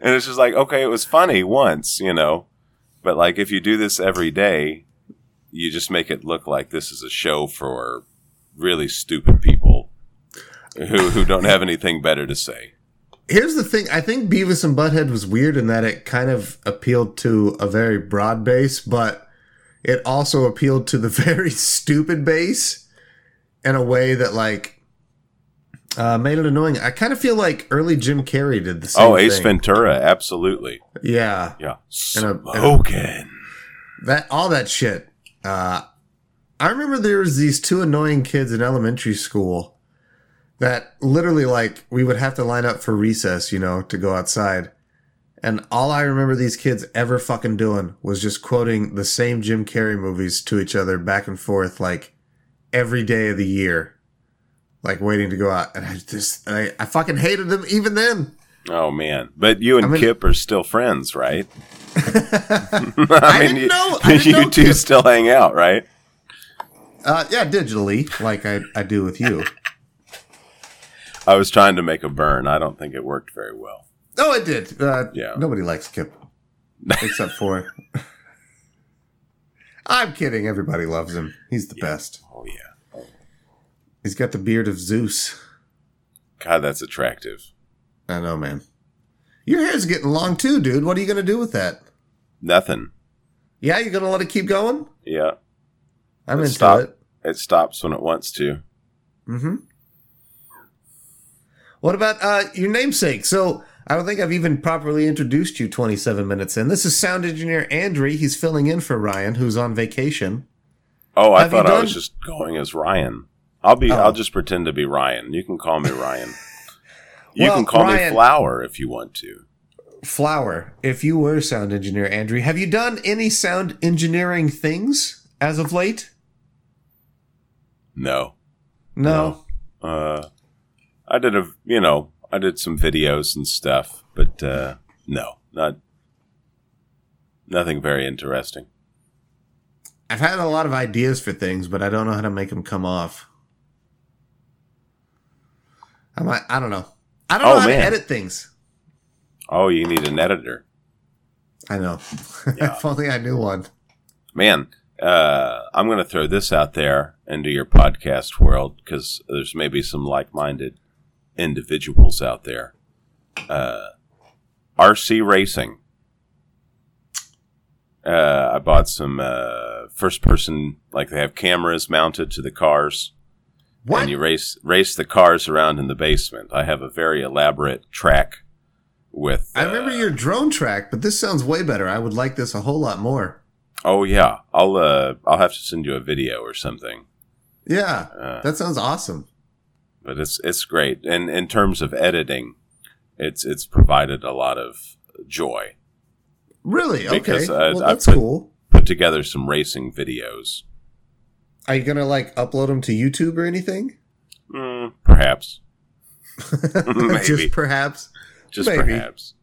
S1: it's just like, okay, it was funny once, you know, but like if you do this every day, you just make it look like this is a show for really stupid people who who don't have anything better to say.
S2: Here's the thing. I think Beavis and Butthead was weird in that it kind of appealed to a very broad base, but it also appealed to the very stupid base in a way that like uh, made it annoying. I kind of feel like early Jim Carrey did the same.
S1: oh, Ace
S2: thing.
S1: Ventura, absolutely.
S2: Yeah,
S1: Yeah,
S2: And a- and a-
S1: smoking.
S2: that all that shit. Uh, I remember there was these two annoying kids in elementary school that literally like we would have to line up for recess, you know, to go outside. And all I remember these kids ever fucking doing was just quoting the same Jim Carrey movies to each other back and forth like every day of the year. Like waiting to go out. And I just I, I fucking hated them even then.
S1: Oh man, but you and
S2: I mean-
S1: Kip are still friends, right?
S2: I,
S1: I,
S2: didn't know- I didn't
S1: you
S2: know
S1: two
S2: Kip.
S1: still hang out, right?
S2: uh yeah, digitally, like I, I do with you.
S1: I was trying to make a burn. I don't think it worked very well.
S2: Oh, it did. Uh,
S1: Yeah.
S2: Nobody likes Kip, except for. I'm kidding. Everybody loves him. He's the best.
S1: Oh yeah,
S2: He's got the beard of Zeus.
S1: God, that's attractive.
S2: I know, man. Your hair's getting long too, dude. What are you gonna do with that?
S1: Nothing.
S2: Yeah, you're gonna let it keep going.
S1: Yeah,
S2: I'm into
S1: Stop.
S2: it.
S1: it stops when it wants to.
S2: Mm-hmm. What about uh, your namesake? So I don't think I've even properly introduced you 27 minutes in. This is sound engineer Andre. He's filling in for Ryan, who's on vacation.
S1: Oh, I
S2: Have you
S1: thought I was
S2: done-
S1: just going as Ryan. I'll be.
S2: Oh.
S1: I'll just pretend to be Ryan. You can call me Ryan. You
S2: Well,
S1: can call
S2: Ryan-
S1: me Flower if you want to.
S2: Flower, if you were sound engineer Andrew, have you done any sound engineering things as of late?
S1: No.
S2: No.
S1: Uh, I did a, you know, I did some videos and stuff, but uh, no, not nothing very interesting.
S2: I've had a lot of ideas for things, but I don't know how to make them come off. I might, I don't know. I don't
S1: Oh,
S2: know how to
S1: man.
S2: edit things.
S1: Oh, you need an editor,
S2: I know.
S1: Yeah.
S2: if only I knew one.
S1: man. Uh, I'm going to throw this out there into your podcast world because there's maybe some like-minded individuals out there. Uh, RC Racing. Uh, I bought some uh, first-person, like they have cameras mounted to the cars.
S2: What?
S1: And you race race the cars around in the basement. I have a very elaborate track with.
S2: I remember
S1: uh,
S2: your drone track, but this sounds way better. I would like this a whole lot more.
S1: Oh yeah, I'll uh, I'll have to send you a video or something.
S2: Yeah.
S1: Uh,
S2: That sounds awesome.
S1: but it's it's great. And in terms of editing, it's it's provided a lot of joy.
S2: Really? Okay.
S1: Because, uh,
S2: well,
S1: I
S2: that's
S1: put-
S2: cool.
S1: Put together some racing videos,
S2: Are you going to like upload them to YouTube or anything? Hmm.
S1: mm, perhaps, Maybe.
S2: Just perhaps.
S1: just
S2: Maybe.
S1: perhaps.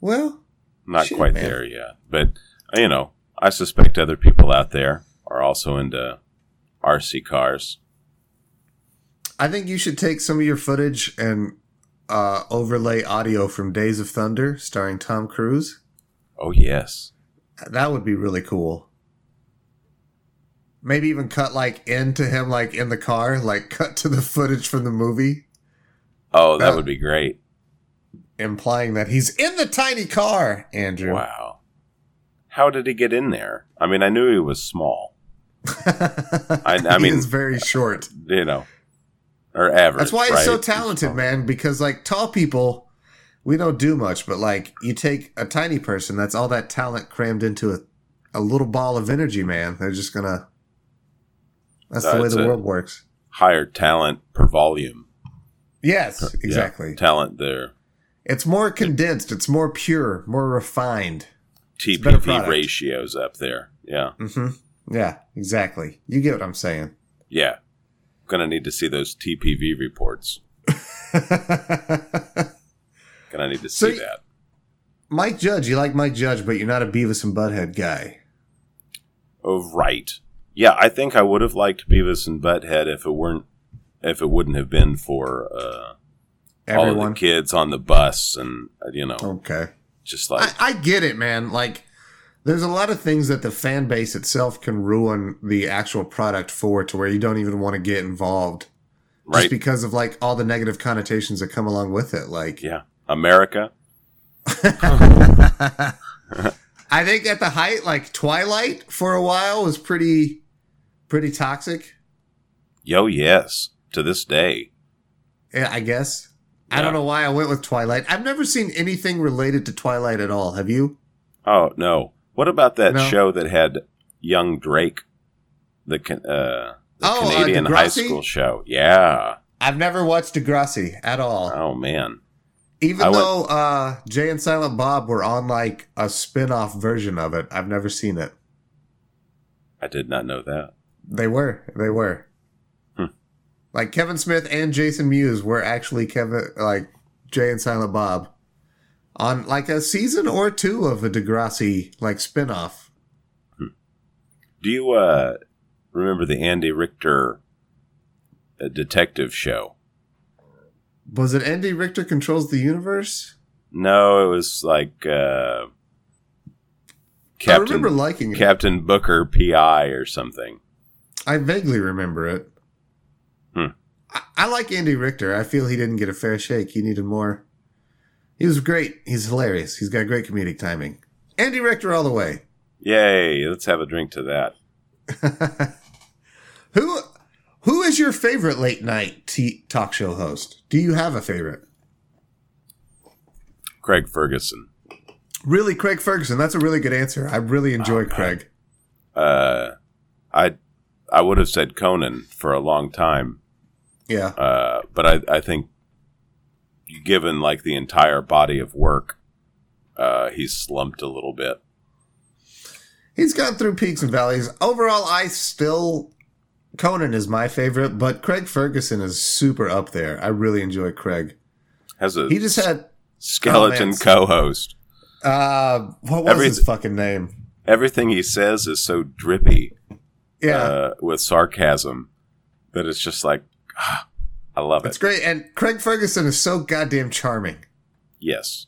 S2: Well,
S1: Not
S2: Shit,
S1: quite
S2: man.
S1: there yet, but uh, you know, I suspect other people out there are also into RC cars.
S2: I think you should take some of your footage and uh, overlay audio from Days of Thunder starring Tom Cruise.
S1: Oh yes.
S2: That would be really cool. Maybe even cut like into him, like in the car, like cut to the footage from the movie,
S1: Oh, that
S2: Uh,
S1: would be great.
S2: implying that he's in the tiny car, Andrew.
S1: Wow. How did he get in there? I mean, I knew he was small, I- I
S2: he
S1: mean-
S2: is very short.
S1: you know, or average.
S2: That's why he's so
S1: right? Oh.
S2: talented,
S1: small.
S2: man. Because like tall people, we don't do much. But like you take a tiny person, that's all that talent crammed into a, a little ball of energy, man. They're just gonna. That's the way
S1: That's
S2: the
S1: it.
S2: world works.
S1: Higher talent per volume.
S2: Yes, exactly.
S1: Yeah, talent there.
S2: It's more condensed. It's more pure, more refined. a better
S1: TPP
S2: product.
S1: ratios up there. Yeah.
S2: Mm-hmm. Yeah, exactly. You get what I'm saying.
S1: Yeah. Gonna need to see those TPV reports. Gonna need to
S2: So
S1: see
S2: y-
S1: that.
S2: Mike Judge, you like Mike Judge, but you're not a Beavis and Butthead guy.
S1: Oh, right. Yeah, I think I would have liked Beavis and Butthead if it weren't if it wouldn't have been for uh, all of the
S2: Everyone.
S1: kids on the bus and uh, you know
S2: Okay.
S1: just like
S2: I, I get it, man. Like, there's a lot of things that the fan base itself can ruin the actual product for to where you don't even want to get involved. Just
S1: right
S2: because of like all the negative connotations that come along with it. Like,
S1: yeah America
S2: I think at the height, like Twilight for a while was pretty, pretty toxic.
S1: yo yes to this day
S2: Yeah, eh, I guess. I
S1: Yeah.
S2: don't know why I went with Twilight. I've never seen anything related to Twilight at all. Have you?
S1: oh no what about that
S2: No.
S1: show that had young Drake the Can- uh the
S2: Oh, uh,
S1: Canadian high
S2: Degrassi?
S1: school show yeah
S2: I've never watched Degrassi at all.
S1: oh man
S2: Even
S1: I went-
S2: though uh, Jay and Silent Bob were on like a spin off version of it, I've never seen it.
S1: I did not know that
S2: They were. They were.
S1: Hmm.
S2: Like Kevin Smith and Jason Mewes were actually Kevin, like Jay and Silent Bob, on like a season or two of a Degrassi like spinoff.
S1: do you uh remember the Andy Richter uh, detective show
S2: Was it Andy Richter controls the universe?
S1: No, it was like uh,
S2: I remember
S1: Captain
S2: liking it.
S1: Captain Booker PI or something.
S2: I vaguely remember it.
S1: Hmm.
S2: I, I like Andy Richter. I feel he didn't get a fair shake. He needed more. He was great. He's hilarious. He's got great comedic timing. Andy Richter all the way.
S1: Yay! Let's have a drink to that.
S2: who who is your favorite late night t- talk show host? Do you have a favorite?
S1: Craig Ferguson.
S2: Really, Craig Ferguson. That's a really good answer. I really enjoy
S1: Oh, God.
S2: Craig.
S1: Uh, I I would have said Conan for a long time,
S2: Yeah.
S1: uh, but I I think given like the entire body of work, uh, he's slumped a little bit.
S2: He's gone through peaks and valleys. Overall, I still Conan is my favorite, but Craig Ferguson is super up there. I really enjoy Craig.
S1: Has a
S2: He just had
S1: skeleton
S2: comments.
S1: co-host.
S2: uh what was
S1: Every-
S2: his fucking name?
S1: Everything he says is so drippy.
S2: Yeah.
S1: uh, with sarcasm that it's just like ah, I love
S2: it's
S1: it.
S2: great and Craig Ferguson is so goddamn charming.
S1: Yes,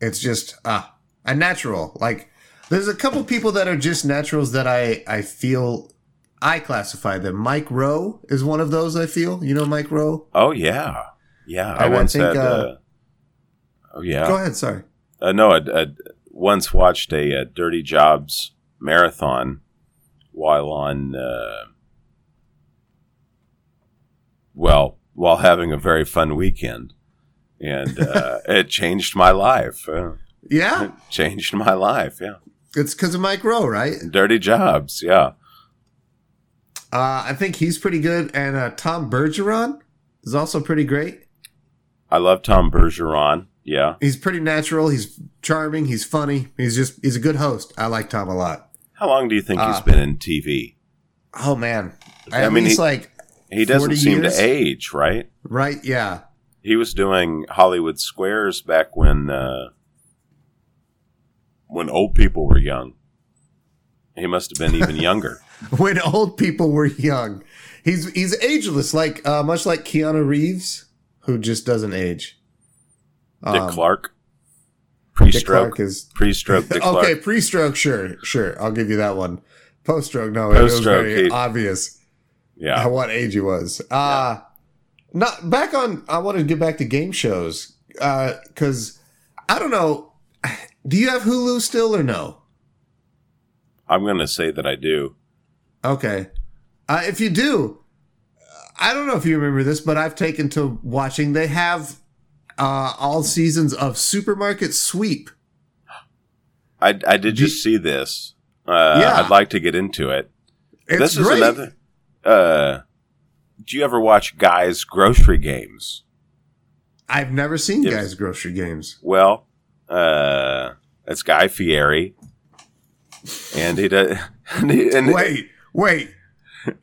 S2: It's just ah, a natural. Like there's a couple people that are just naturals that I I feel I classify them. Mike Rowe is one of those. I feel you know Mike Rowe.
S1: oh yeah, yeah. I
S2: And I
S1: once
S2: think,
S1: had.
S2: uh,
S1: Uh, oh
S2: Go
S1: yeah,
S2: ahead. Sorry.
S1: uh, no. I, I once watched a, uh Dirty Jobs marathon while on. Uh, well, while having a very fun weekend, and uh, it changed my life. Uh,
S2: Yeah,
S1: it changed my life. Yeah,
S2: it's because of Mike Rowe, right?
S1: Dirty Jobs. Yeah.
S2: Uh, I think he's pretty good, and uh, Tom Bergeron is also pretty great.
S1: I love Tom Bergeron. Yeah.
S2: He's pretty natural. He's charming. He's funny. He's just he's a good host. I like Tom a lot.
S1: How long do you think he's
S2: Ah.
S1: been in TV?
S2: Oh man,
S1: I
S2: at
S1: mean,
S2: least
S1: he-
S2: like
S1: He doesn't
S2: 40
S1: seem
S2: years?
S1: to age, right?
S2: right, yeah.
S1: He was doing Hollywood Squares back when uh, when old people were young. He must have been even younger.
S2: when old people were young. He's he's ageless, like uh, much like Keanu Reeves, who just doesn't age.
S1: Dick
S2: Um,
S1: Clark,
S2: Dick
S1: pre-stroke,
S2: Clark is
S1: pre-stroke. Dick
S2: okay.
S1: Clark.
S2: Pre-stroke, sure, sure. I'll give you that one. Post-stroke, no, it was
S1: Post-stroke,
S2: very
S1: he-
S2: obvious
S1: Yeah,
S2: how what age he was. Uh not back on. I want to get back to game shows because I don't know. Do you have Hulu still or no?
S1: I'm going to say that I do.
S2: Okay. Uh, if you do, I don't know if you remember this, but I've taken to watching. They have uh, all seasons of Supermarket Sweep.
S1: I, I did
S2: Do-
S1: just see this. Uh,
S2: Yeah.
S1: I'd like to get into it.
S2: It's
S1: this is
S2: great.
S1: another. Uh, do you ever watch guys' grocery games?
S2: I've never seen
S1: Yes.
S2: guys grocery games.
S1: Well, uh, that's Guy Fieri, and he does. And he, and
S2: Wait, wait.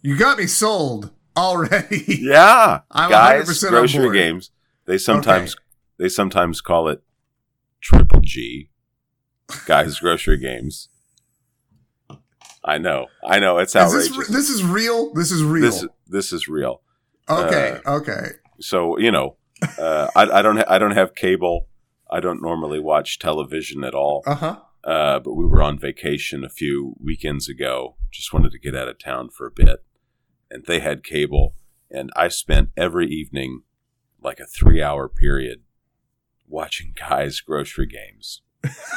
S2: You got me sold already.
S1: yeah,
S2: I'm
S1: guys,
S2: 100% on
S1: grocery
S2: board.
S1: games. They sometimes they sometimes call it triple G. Guys, grocery games. I know, I know, it's
S2: Is this,
S1: outrageous.
S2: re- this is real. This is real.
S1: this this is uh, real.
S2: okay, okay.
S1: So you know, uh, I, I don't ha- I don't have cable. I don't normally watch television at all.
S2: Uh huh.
S1: uh, but we were on vacation a few weekends ago. Just wanted to get out of town for a bit, and they had cable, and I spent every evening, like a three-hour period, watching guys' grocery games.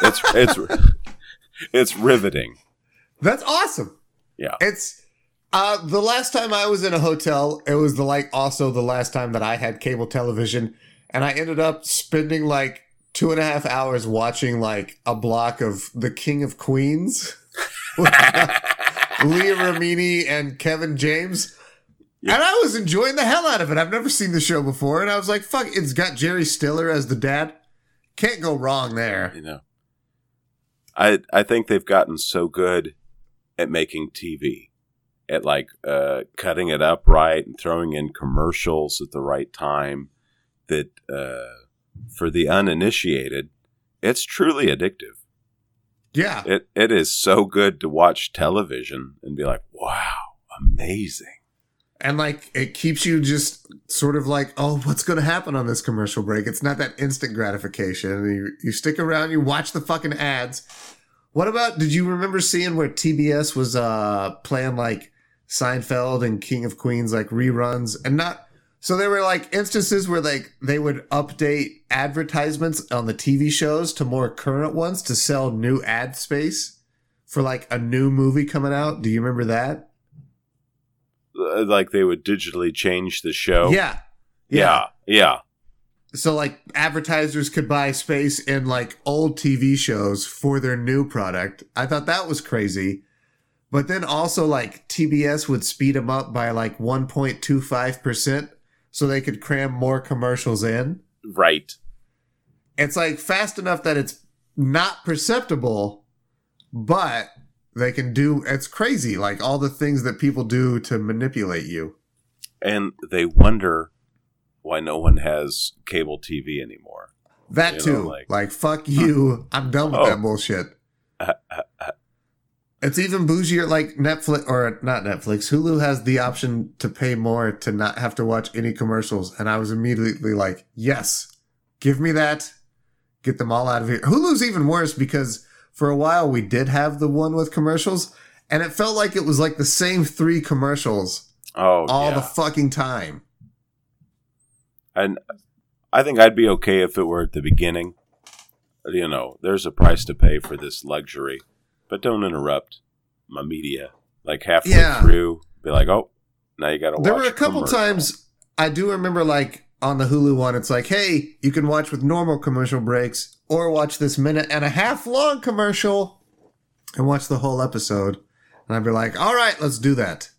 S1: It's it's it's riveting.
S2: That's awesome.
S1: Yeah.
S2: It's uh the last time I was in a hotel, it was the like also the last time that I had cable television, and I ended up spending like two and a half hours watching like a block of The King of Queens. with, uh, Leah Ramini and Kevin James.
S1: Yeah.
S2: And I was enjoying the hell out of it. I've never seen the show before, and I was like, fuck, it's got Jerry Stiller as the dad. Can't go wrong there.
S1: You know, I I think they've gotten so good at making TV, at like uh, cutting it up right and throwing in commercials at the right time, that uh, for the uninitiated, it's truly addictive.
S2: Yeah.
S1: It it is so good to watch television and be like, wow, amazing.
S2: And like it keeps you just sort of like, oh, what's going to happen on this commercial break? It's not that instant gratification. You, you stick around, you watch the fucking ads. What about, did you remember seeing where TBS was uh, playing like Seinfeld and King of Queens, like reruns and not, so there were like instances where like they would update advertisements on the TV shows to more current ones to sell new ad space for like a new movie coming out. Do you remember that?
S1: Uh, Like they would digitally change the show.
S2: Yeah.
S1: yeah, yeah.
S2: So like advertisers could buy space in like old TV shows for their new product. I thought that was crazy. But then also like TBS would speed them up by like 1.25% so they could cram more commercials in.
S1: right.
S2: It's like fast enough that it's not perceptible, but they can do it's crazy like all the things that people do to manipulate you.
S1: and they wonder why no one has cable TV anymore.
S2: That
S1: You know,
S2: too. like,
S1: like-
S2: fuck you. I'm done with
S1: Oh.
S2: that bullshit. it's even bougier like Netflix or not Netflix. Hulu has the option to pay more to not have to watch any commercials. And I was immediately like, yes, give me that. Get them all out of here. Hulu's even worse because for a while we did have the one with commercials and it felt like it was like the same three commercials
S1: Oh,
S2: all
S1: yeah.
S2: the fucking time.
S1: and I think I'd be okay if it were at the beginning. You know, there's a price to pay for this luxury, but don't interrupt my media. Like halfway
S2: Yeah.
S1: through, be like, oh, now you got to watch.
S2: There were a couple
S1: commercial."
S2: times I do remember, like on the Hulu one, it's like, hey, you can watch with normal commercial breaks or watch this minute and a half long commercial and watch the whole episode. And I'd be like, all right, let's do that.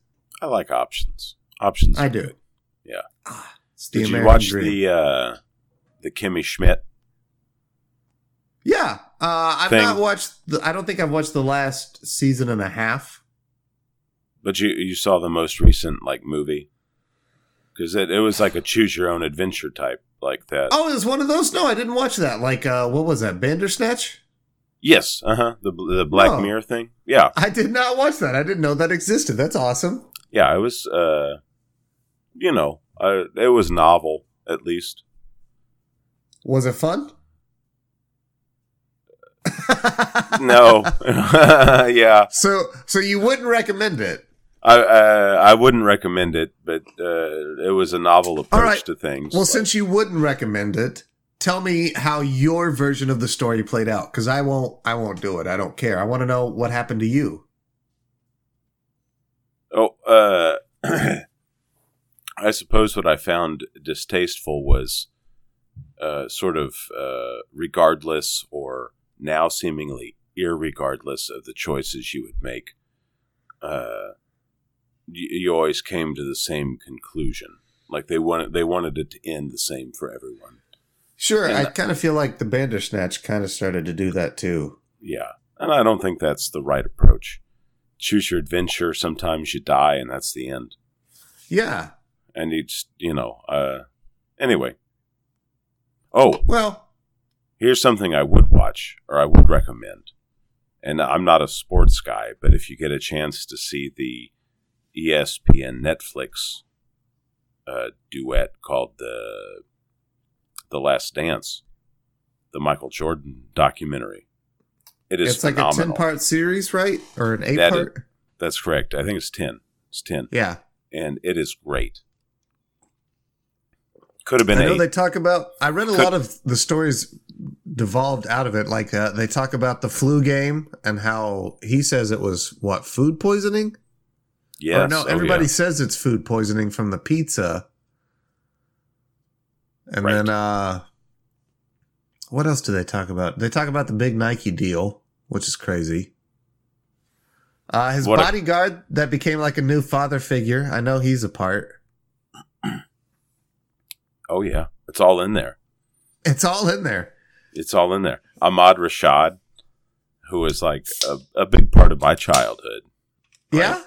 S1: I like options. Options.
S2: I do it.
S1: Yeah.
S2: Ah, it's the
S1: Did you
S2: American
S1: watch
S2: dream.
S1: the uh, the Kimmy Schmidt?
S2: Yeah. Uh, I've
S1: thing?
S2: not watched, the, I don't think I've watched the last season and a half.
S1: But you you saw the most recent like movie because it, it was like a choose your own adventure type like that.
S2: Oh, it was one of those? No, I didn't watch that. Like, uh, what was that? Bandersnatch?
S1: Yes, uh huh. The the Black
S2: Oh.
S1: Mirror thing. Yeah,
S2: I did not watch that. I didn't know that existed. That's awesome.
S1: yeah. It was, uh, you know, uh, it was novel at least.
S2: Was it fun?
S1: No, yeah.
S2: So, so you wouldn't recommend it?
S1: I uh, I wouldn't recommend it, but uh, it was a novel approach
S2: right.
S1: to things.
S2: Well,
S1: Like,
S2: since you wouldn't recommend it, tell me how your version of the story played out. Because I won't, I won't do it. I don't care. I want to know what happened to you.
S1: oh, uh, I suppose what I found distasteful was uh, sort of uh, regardless or now seemingly irregardless of the choices you would make, uh, you, you always came to the same conclusion. Like they wanted, they wanted it to end the same for everyone.
S2: Sure,
S1: And
S2: I kind of feel like the Bandersnatch kind of started to do that too.
S1: Yeah. And I don't think that's the right approach. Choose your adventure. Sometimes you die, and that's the end.
S2: Yeah.
S1: And it's, you know, uh, anyway. Oh,
S2: Well,
S1: here's something I would watch or I would recommend. And I'm not a sports guy, but if you get a chance to see the E ESPN Netflix uh, duet called the The Last Dance, the Michael Jordan documentary, it is
S2: it's, like a
S1: phenomenal.
S2: ten-part series, right? Or an
S1: That
S2: eight-part?
S1: That's correct. I think it's ten. It's ten,
S2: yeah.
S1: and it is great. Could have been
S2: I know
S1: eight.
S2: they talk about. I read a
S1: Could-
S2: lot of the stories devolved out of it. Like uh, they talk about the flu game and how he says it was what food poisoning.
S1: yes.
S2: or no,
S1: oh,
S2: everybody
S1: yeah.
S2: says it's food poisoning from the pizza. And
S1: Right.
S2: then uh what else do they talk about? They talk about the big Nike deal, which is crazy. Uh his
S1: What a-
S2: bodyguard that became like a new father figure. I know he's a part.
S1: Oh yeah, it's all in there.
S2: It's all in there.
S1: It's all in there. Ahmad Rashad, who was like a, a big part of my childhood. Right.
S2: Yeah?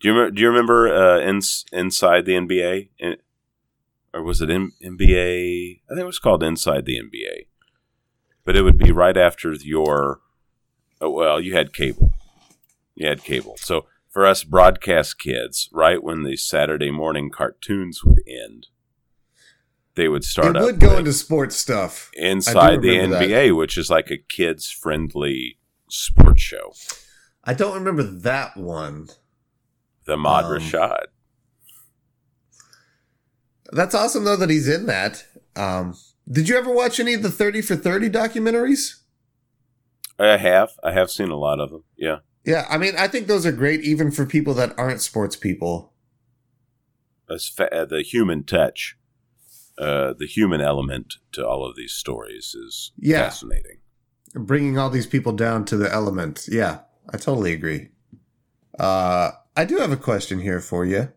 S1: Do you rem- do you remember uh, in, inside the NBA, In- or was it in, NBA? I think it was called Inside the NBA, but it would be right after your. oh, Well, you had cable. You had cable. So for us broadcast kids, right when the Saturday morning cartoons would end, they would start
S2: it
S1: up
S2: would go
S1: with-
S2: into sports stuff.
S1: inside the
S2: remember that.
S1: NBA, which is like a kids friendly sports show.
S2: I don't remember that one.
S1: The Mod
S2: Um,
S1: Rashad.
S2: That's awesome though that he's in that. Um did you ever watch any of the 30 for 30 documentaries?
S1: I have. I have seen a lot of them. Yeah.
S2: Yeah, I mean, I think those are great even for people that aren't sports people.
S1: That's fa- uh, the human touch, uh, the human element to all of these stories is
S2: Yeah.
S1: fascinating.
S2: Bringing all these people down to the element. Yeah, I totally agree. Uh, I do have a question here for you.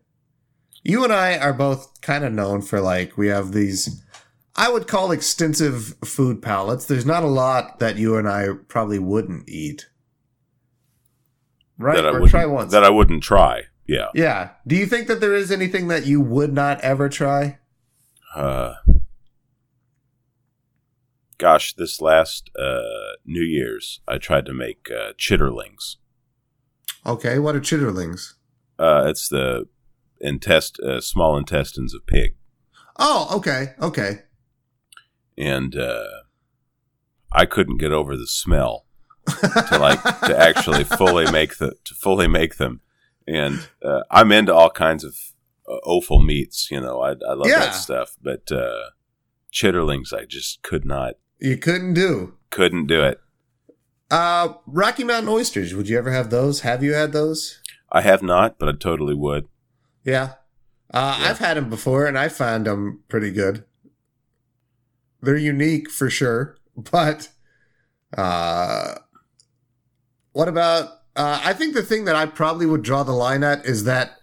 S2: You and I are both kind of known for like, we have these, I would call extensive food palettes. There's not a lot that you and I probably wouldn't eat. Right?
S1: That I
S2: or
S1: wouldn't
S2: try once.
S1: that I wouldn't try. Yeah.
S2: yeah. Do you think that there is anything that you would not ever try?
S1: Uh, gosh, this last uh, New Year's, I tried to make uh, chitterlings.
S2: Okay, what are chitterlings?
S1: Uh, it's the intest, uh, small intestines of pig.
S2: Oh, okay, okay.
S1: and uh, I couldn't get over the smell to like to actually fully make the to fully make them. And uh, I'm into all kinds of uh, offal meats, you know. I, I love
S2: Yeah.
S1: that stuff, but uh, chitterlings, I just could not
S2: you couldn't do.
S1: couldn't do it.
S2: Uh, Rocky Mountain oysters. Would you ever have those? Have you had those?
S1: I have not, but I totally would.
S2: Yeah. Uh,
S1: Yeah.
S2: I've had them before, and I find them pretty good. They're unique for sure, but uh, what about? Uh, I think the thing that I probably would draw the line at is that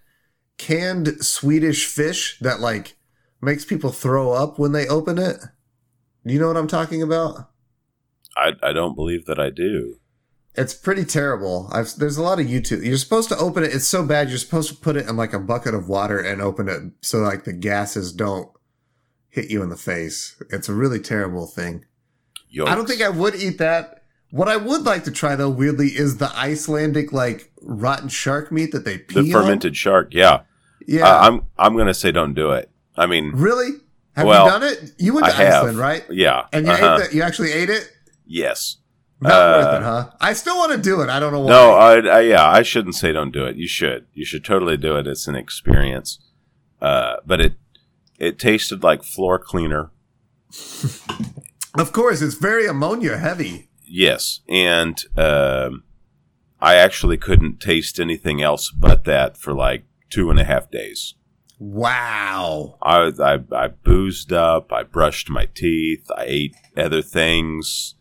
S2: canned Swedish fish that like makes people throw up when they open it. Do you know what I'm talking about?
S1: I I don't believe that I do.
S2: It's pretty terrible. I've, there's a lot of YouTube. You're supposed to open it. It's so bad. You're supposed to put it in like a bucket of water and open it so like the gases don't hit you in the face. It's a really terrible thing.
S1: Yolks.
S2: I don't think I would eat that. What I would like to try though, weirdly, is the Icelandic like rotten shark meat that they peel.
S1: the fermented shark. Yeah,
S2: Yeah.
S1: I, I'm I'm gonna say don't do it. I mean,
S2: really? Have
S1: Well,
S2: you done it? You went
S1: I
S2: to
S1: have.
S2: Iceland, right?
S1: yeah,
S2: And you
S1: uh-huh.
S2: ate that? You actually ate it?
S1: yes.
S2: Not worth
S1: Uh,
S2: it, huh? I still want to do it. I don't know why.
S1: No, uh I, I, yeah, I shouldn't say don't do it. You should. You should totally do it. It's an experience. Uh, but it it tasted like floor cleaner.
S2: Of course, it's very ammonia heavy.
S1: Yes, and um, I actually couldn't taste anything else but that for like two and a half days.
S2: Wow.
S1: I I, I boozed up. I brushed my teeth. I ate other things.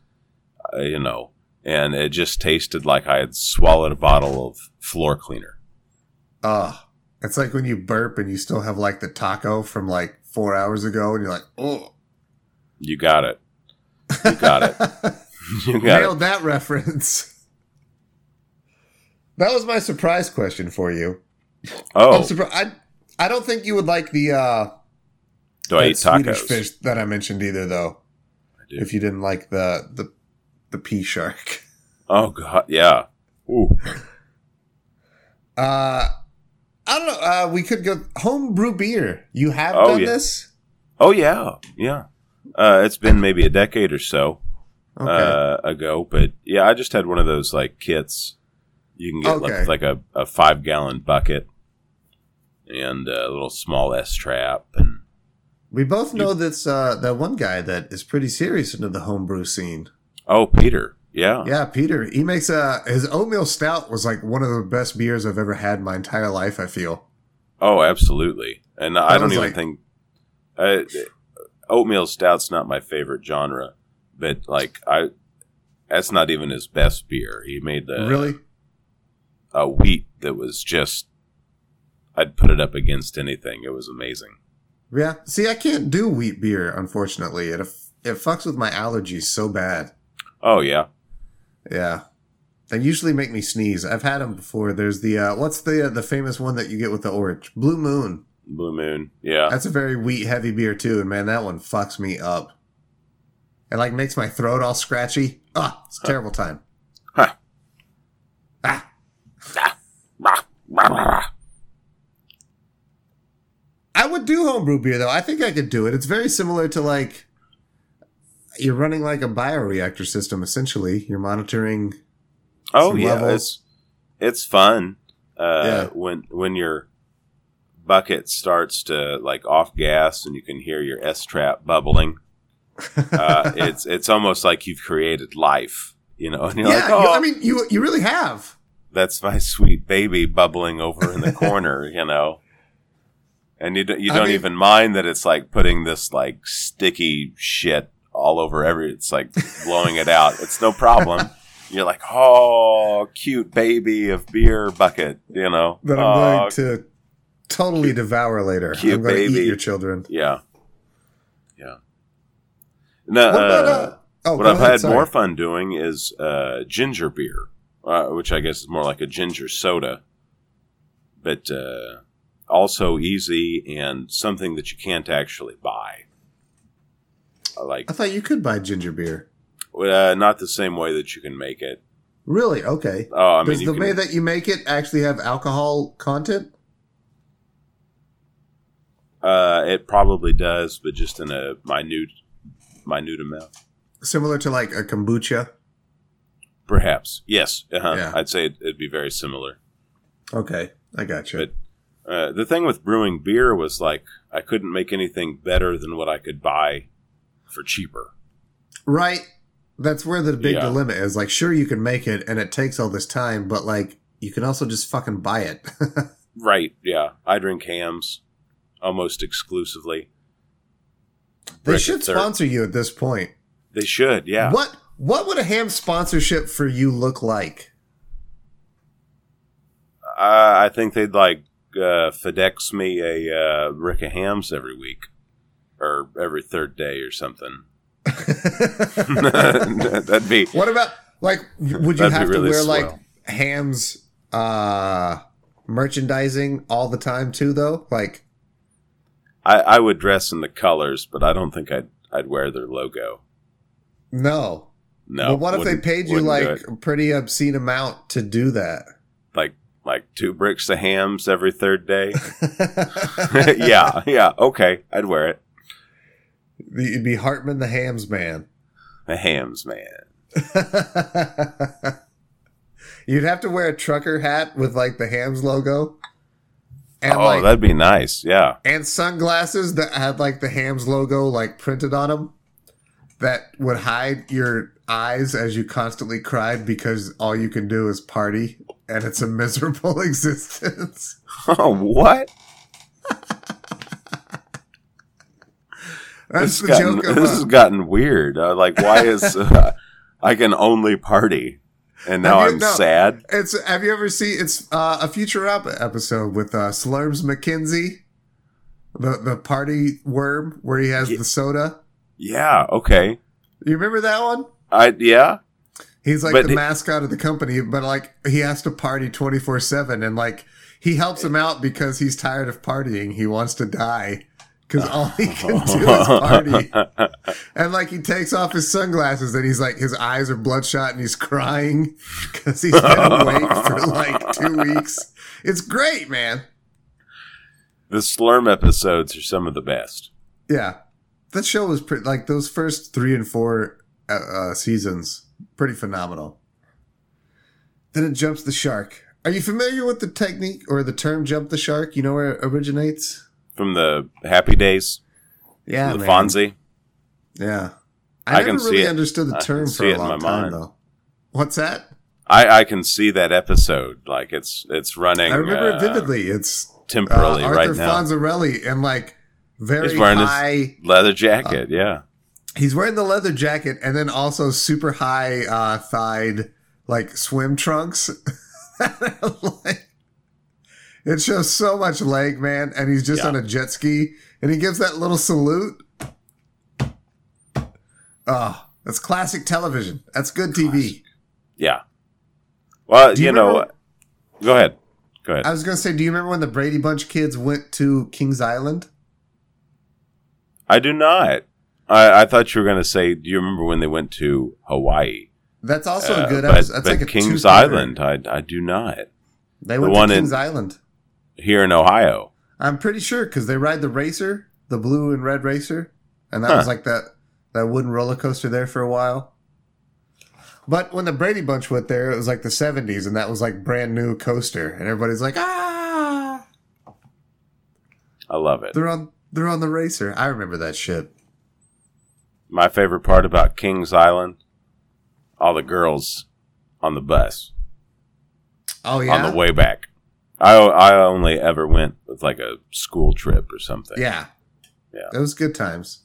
S1: Uh, you know, and it just tasted like I had swallowed a bottle of floor cleaner.
S2: Ugh. It's like when you burp and you still have like the taco from like four hours ago and you're like, oh,
S1: You got it. You got it. You got it.
S2: Nailed that reference. That was my surprise question for you. I'm
S1: Oh,
S2: surprised. I I don't think you would like the uh,
S1: do I
S2: that
S1: eat
S2: Swedish
S1: tacos?
S2: fish that I mentioned either, though.
S1: do.
S2: If you didn't like the the the pea shark,
S1: Oh god, yeah. Ooh.
S2: uh, I don't know. Uh, we could go homebrew beer. You have
S1: Oh,
S2: done
S1: yeah.
S2: this.
S1: Oh yeah, yeah. Uh, it's been maybe a decade or so
S2: Okay.
S1: uh, ago, but yeah, I just had one of those like kits. You can get
S2: Okay.
S1: like, like a, a five gallon bucket and a little small S trap, and
S2: we both know that's uh, that one guy that is pretty serious into the homebrew scene.
S1: oh Peter, yeah,
S2: Yeah, Peter. He makes a his oatmeal stout was like one of the best beers I've ever had in my entire life. I feel.
S1: oh absolutely. And I
S2: That
S1: don't
S2: was
S1: even
S2: like-
S1: think uh, oatmeal stout's not my favorite genre, but like I, that's not even his best beer. He made the
S2: really?
S1: a wheat that was just I'd put it up against anything. It was amazing.
S2: Yeah. See, I can't do wheat beer, unfortunately. It aff- it fucks with my allergies so bad.
S1: Oh yeah.
S2: Yeah. They usually make me sneeze. I've had them before. There's the uh, what's the uh, the famous one that you get with the orange Blue Moon.
S1: Blue Moon. Yeah.
S2: That's a very wheat heavy beer too, and man, that one fucks me up. It like makes my throat all scratchy. Ah, it's a terrible time.
S1: Huh.
S2: Ah,
S1: Rah, rah, rah, rah.
S2: I would do homebrew beer though. I think I could do it. It's very similar to like you're running like a bioreactor system essentially. You're monitoring
S1: Oh
S2: some
S1: yeah. It's it's fun. Uh
S2: Yeah.
S1: when when your bucket starts to like off gas and you can hear your S trap bubbling. Uh, it's it's almost like you've created life, you know, and you're
S2: yeah,
S1: like, Oh
S2: you- I mean, you you really have.
S1: that's my sweet baby bubbling over in the corner, you know. And you don't, you
S2: I
S1: don't
S2: mean-
S1: even mind that it's like putting this like sticky shit all over every. It's like blowing it out. It's no problem. You're like, oh, cute baby of beer bucket, you know.
S2: that I'm
S1: Oh,
S2: going to totally devour later.
S1: cute
S2: I'm going to
S1: baby.
S2: eat your children.
S1: yeah, yeah. No,
S2: What about,
S1: uh,
S2: uh, oh,
S1: what
S2: go
S1: I've
S2: ahead,
S1: had
S2: sorry.
S1: more fun doing is uh, ginger beer, uh, which I guess is more like a ginger soda, but uh, also easy and something that you can't actually buy. I Like
S2: I thought you could buy ginger beer.
S1: uh, not the same way that you can make it.
S2: Really? Okay.
S1: Oh, I mean,
S2: Does
S1: you
S2: the
S1: can,
S2: way that you make it actually have alcohol content?
S1: uh, it probably does, but just in a minute, minute amount,
S2: Similar to like a kombucha?
S1: perhaps. Yes, uh-huh.
S2: Yeah.
S1: I'd say it, it'd be very similar.
S2: Okay. I got you.
S1: But- Uh, the thing with brewing beer was like I couldn't make anything better than what I could buy for cheaper.
S2: right. That's where the big
S1: Yeah.
S2: dilemma is. Like, sure, you can make it and it takes all this time, but like, you can also just fucking buy it.
S1: Right? Yeah, I drink hams almost exclusively.
S2: they
S1: Brick
S2: should
S1: and syrup.
S2: sponsor you at this point.
S1: They should. Yeah.
S2: What What would a ham sponsorship for you look like?
S1: I, I think they'd like uh, FedEx me a uh, brick of hams every week or every third day or something. That'd be
S2: What about like would
S1: That'd be
S2: you have to
S1: really
S2: wear like
S1: swell.
S2: Ham's uh merchandising all the time too though? Like
S1: I, I would dress in the colors, but I don't think I'd I'd wear their logo.
S2: no.
S1: No.
S2: but what if they
S1: wouldn't-
S2: paid you
S1: wouldn't do
S2: like
S1: it.
S2: a pretty obscene amount to do that?
S1: like like two bricks of hams every third day? yeah, yeah, okay. I'd wear it.
S2: You'd be Hartman the Hams man.
S1: The hams, man.
S2: You'd have to wear a trucker hat with like the Hams logo. And
S1: oh,
S2: like
S1: that'd be nice. Yeah.
S2: and sunglasses that had like the Hams logo like printed on them that would hide your eyes as you constantly cried because all you can do is party and it's a miserable existence.
S1: Oh, what? This,
S2: That's the
S1: has gotten,
S2: joke of
S1: this
S2: uh,
S1: has gotten weird. Uh, like, why is uh, I can only party, and now
S2: Have you-
S1: I'm
S2: no.
S1: sad?
S2: it's have you ever seen it's uh, a Futurama episode with uh, Slurms McKenzie the the party worm where he has
S1: Ye-
S2: the soda
S1: Yeah. Okay.
S2: You remember that one?
S1: I yeah.
S2: He's like
S1: But
S2: the
S1: he-
S2: mascot of the company, but like he has to party 24 7 and like he helps him out because he's tired of partying. He wants to die because all he can do is party. And like he takes off his sunglasses and he's like, his eyes are bloodshot and he's crying because he's been awake for like two weeks. It's great, man.
S1: the Slurm episodes are some of the best.
S2: Yeah. That show was pretty, like those first three and four uh, uh, seasons, pretty phenomenal. Then it jumps the shark. Are you familiar with the technique or the term jump the shark? You know where it originates?
S1: From the Happy Days,
S2: Yeah.
S1: the
S2: man.
S1: Fonzie.
S2: Yeah. I,
S1: I
S2: never
S1: can see
S2: really
S1: it.
S2: understood the
S1: I can
S2: term for
S1: see it
S2: a
S1: in
S2: long
S1: my
S2: time,
S1: mind.
S2: though. What's that?
S1: I, I can see that episode. Like it's it's running.
S2: I remember
S1: uh,
S2: it vividly. It's uh,
S1: Temporarily,
S2: Arthur
S1: right now.
S2: Fonzarelli and like very
S1: He's wearing his-
S2: high.
S1: Leather jacket. yeah.
S2: He's wearing the leather jacket and then also super high uh, thighed like swim trunks. Like, it shows so much leg, man, and he's just
S1: Yeah.
S2: on a jet ski and he gives that little salute. Oh, that's classic television. That's good TV.
S1: Yeah. Well,
S2: Do
S1: you,
S2: you
S1: know.
S2: remember-
S1: Go ahead. Go ahead.
S2: I was gonna say, do you remember when the Brady Bunch kids went to Kings Island?
S1: I do not. I, I thought you were going to say. Do you remember when they went to Hawaii?
S2: That's also
S1: Uh,
S2: a good
S1: but,
S2: episode. That's
S1: but
S2: like a
S1: Kings
S2: two-parter.
S1: Island. I I do not.
S2: They went
S1: one
S2: to
S1: in-
S2: Kings Island.
S1: Here in Ohio.
S2: I'm pretty sure because they ride the racer, the blue and red racer, and that
S1: Huh.
S2: was like that that wooden roller coaster there for a while. But when the Brady Bunch went there, it was like the 70s, and that was like brand new coaster, and everybody's like, ah,
S1: I love it.
S2: they're on they're on the racer. I remember that shit.
S1: My favorite part about Kings Island, all the girls on the bus
S2: Oh yeah,
S1: on the way back. I I only ever went with like a school trip or something.
S2: yeah,
S1: Yeah.
S2: It was good times.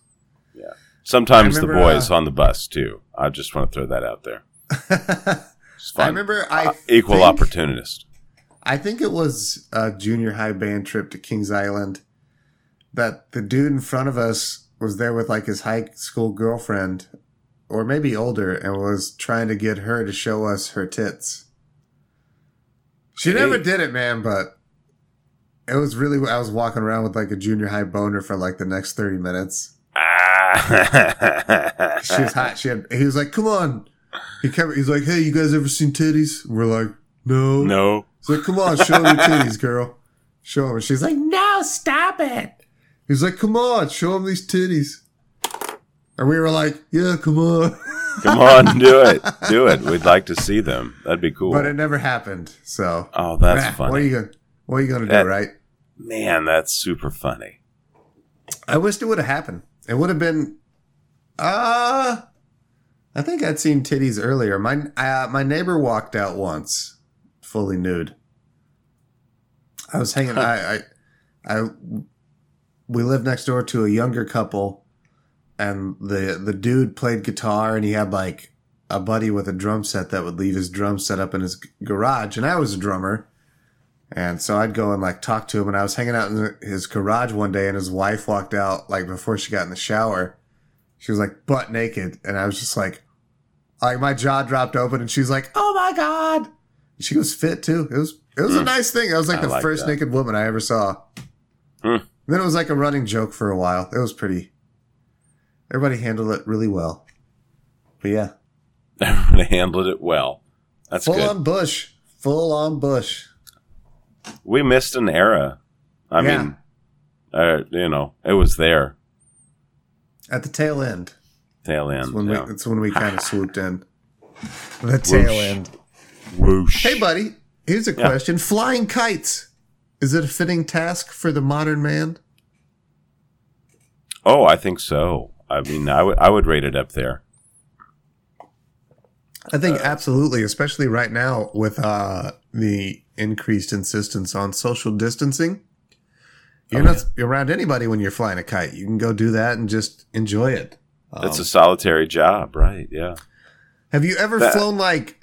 S1: Sometimes
S2: I
S1: the
S2: remember, uh,
S1: boys on the bus too. I just want to throw that out there.
S2: I
S1: It's fun.
S2: remember I
S1: Uh, equal
S2: think-
S1: opportunist.
S2: I think it was a junior high band trip to Kings Island that the dude in front of us was there with like his high school girlfriend or maybe older and was trying to get her to show us her tits. She never
S1: Hey.
S2: did it, man, but it was really I was walking around with like a junior high boner for like the next 30 minutes.
S1: Ah.
S2: She was hot. She had he was like, "Come on." He kept he's like, "Hey, you guys ever seen titties?" And we're like, "No."
S1: no.
S2: He's like, come on, show him your titties, girl. Show him. She's like, no, stop it. He's like, come on, show him these titties. And we were like, yeah, come on.
S1: Come on, do it. Do it. We'd like to see them. That'd be cool.
S2: But it never happened. So
S1: oh, that's
S2: Ah,
S1: funny.
S2: What are you gonna What are you gonna
S1: That-
S2: do, right?
S1: Man, that's super funny.
S2: I wished it would have happened. It would have been. Uh I think I'd seen titties earlier. My uh, my neighbor walked out once, fully nude. I was hanging. I, I I we lived next door to a younger couple, and the the dude played guitar, and he had like a buddy with a drum set that would leave his drum set up in his g- garage, and I was a drummer. And so I'd go and like talk to him. And I was hanging out in his garage one day, and his wife walked out like before she got in the shower. She was like butt naked, and I was just like, like my jaw dropped open, and she's like, "Oh my god!" And she was fit too. It was it was a
S1: Mm.
S2: nice thing. I was like
S1: I
S2: the
S1: like
S2: first
S1: that.
S2: naked woman I ever saw.
S1: Hmm.
S2: Then it was like a running joke for a while. It was pretty. Everybody handled it really well. But yeah,
S1: Everyone handled it well. That's
S2: full
S1: good.
S2: on bush, full on bush.
S1: We missed an era. I
S2: Yeah.
S1: mean, uh, you know, it was there.
S2: At the tail end.
S1: Tail end.
S2: It's when
S1: yeah.
S2: we it's when we kind of swooped in. The tail
S1: Whoosh.
S2: end.
S1: Whoosh.
S2: Hey buddy, here's a
S1: Yeah.
S2: question. Flying kites. Is it a fitting task for the modern man?
S1: oh, I think so. I mean, I would I would rate it up there.
S2: I
S1: Uh,
S2: think absolutely, especially right now with uh, the increased insistence on social distancing. You're
S1: Oh,
S2: not around anybody when you're flying a kite. You can go do that and just enjoy it.
S1: It's
S2: Um,
S1: a solitary job, right? Yeah.
S2: Have you ever
S1: That-
S2: flown like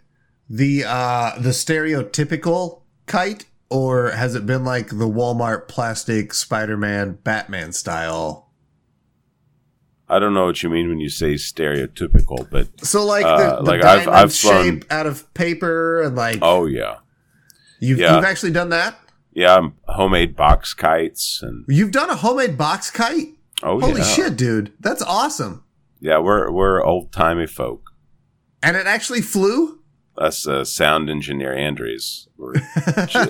S2: the uh the stereotypical kite or has it been like the Walmart plastic Spider-Man Batman style?
S1: I don't know what you mean when you say stereotypical, but
S2: So like the,
S1: Uh,
S2: the
S1: like, I've-
S2: diamond
S1: I've flown-
S2: shape out of paper and like
S1: oh yeah,
S2: you've,
S1: yeah.
S2: you've actually done that.
S1: yeah, I'm homemade box kites and
S2: You've done a homemade box kite.
S1: oh
S2: Holy
S1: yeah.
S2: shit, dude, that's awesome!
S1: Yeah, we're we're old timey folk.
S2: And it actually flew.
S1: Us uh, sound engineer Andres. We're j-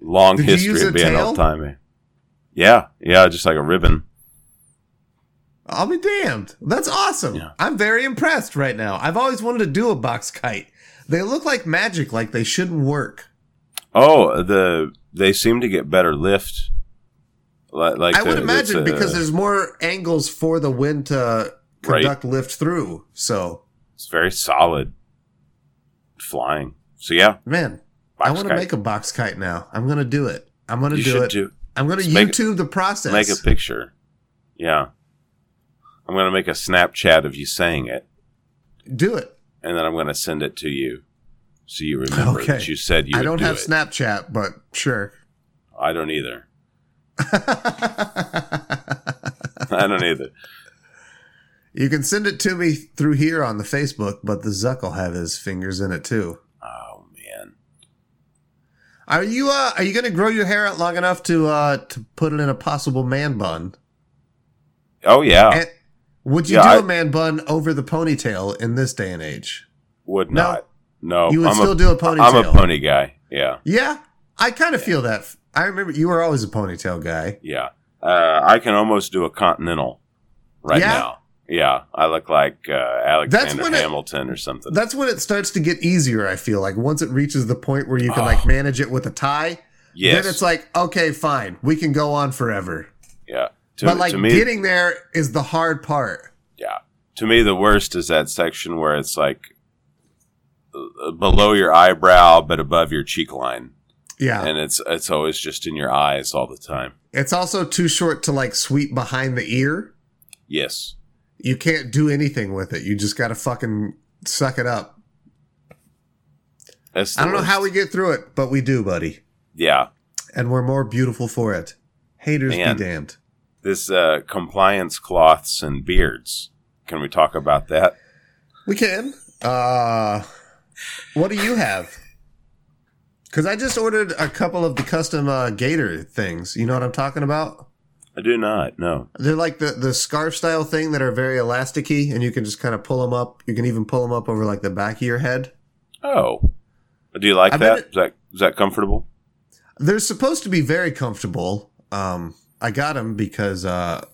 S1: long
S2: Did you use
S1: history
S2: a
S1: of being
S2: tail?
S1: old timey. Yeah, yeah, just like a ribbon.
S2: I'll be damned. That's awesome.
S1: Yeah.
S2: I'm very impressed right now. I've always wanted to do a box kite. They look like magic, like they shouldn't work.
S1: Oh, the they seem to get better lift. Like, like
S2: I would
S1: the-
S2: imagine
S1: it's a-
S2: because there's more angles for the wind to
S1: Right.
S2: conduct lift through. So,
S1: it's very solid flying. So yeah,
S2: man, I
S1: box
S2: want to
S1: kite.
S2: make a box kite now. I'm going to do it. I'm going to
S1: you
S2: do
S1: should
S2: it.
S1: do
S2: I'm going to
S1: Just make-
S2: YouTube the process.
S1: make a picture. Yeah, I'm gonna make a Snapchat of you saying it,
S2: do it.
S1: and then I'm gonna send it to you, so you remember
S2: Okay.
S1: that you said you.
S2: I
S1: would
S2: don't
S1: do
S2: have
S1: it.
S2: Snapchat, but sure.
S1: I don't either. I don't either.
S2: you can send it to me through here on the Facebook, but the Zuck will have his fingers in it too.
S1: Oh man,
S2: Are you uh are you gonna grow your hair out long enough to uh to put it in a possible man bun?
S1: oh yeah,
S2: And would you
S1: Yeah,
S2: do a
S1: I-
S2: man bun over the ponytail in this day and age?
S1: would
S2: No.
S1: not. No,
S2: you would
S1: Oh, I'm
S2: still
S1: a,
S2: do a ponytail.
S1: I'm a pony guy. Yeah.
S2: Yeah, I kind of feel that. F- I remember you were always a ponytail guy.
S1: Yeah. Uh, I can almost do a continental right
S2: Yeah?
S1: now. Yeah. I look like uh, Alexander
S2: when it-
S1: Hamilton or something.
S2: That's when it starts to get easier. I feel like once it reaches the point where you can
S1: Oh.
S2: like manage it with a tie,
S1: yes.
S2: then it's like okay, fine, we can go on forever.
S1: yeah. To,
S2: but like
S1: to me,
S2: getting there is the hard part.
S1: yeah. To me, the worst is that section where it's like uh, below your eyebrow but above your cheek line,
S2: Yeah,
S1: and it's it's always just in your eyes all the time.
S2: it's also too short to like sweep behind the ear.
S1: Yes.
S2: you can't do anything with it. You just got to fucking suck it up.
S1: That's the
S2: I don't know
S1: worst.
S2: how we get through it, but we do, buddy.
S1: Yeah.
S2: And we're more beautiful for it. Haters
S1: Man.
S2: be damned.
S1: This uh, compliance cloths and beards. Can we talk about that?
S2: We can. Uh What do you have? Cuz I just ordered a couple of the custom uh, gator things. You know what I'm talking about?
S1: I do not. No.
S2: They're like the the scarf style thing that are very elasticy and you can just kind of pull them up. You can even pull them up over like the back of your head.
S1: Oh, do you like
S2: I bet
S1: that?
S2: it-
S1: Is that is that comfortable?
S2: They're supposed to be very comfortable. Um, I got them because uh,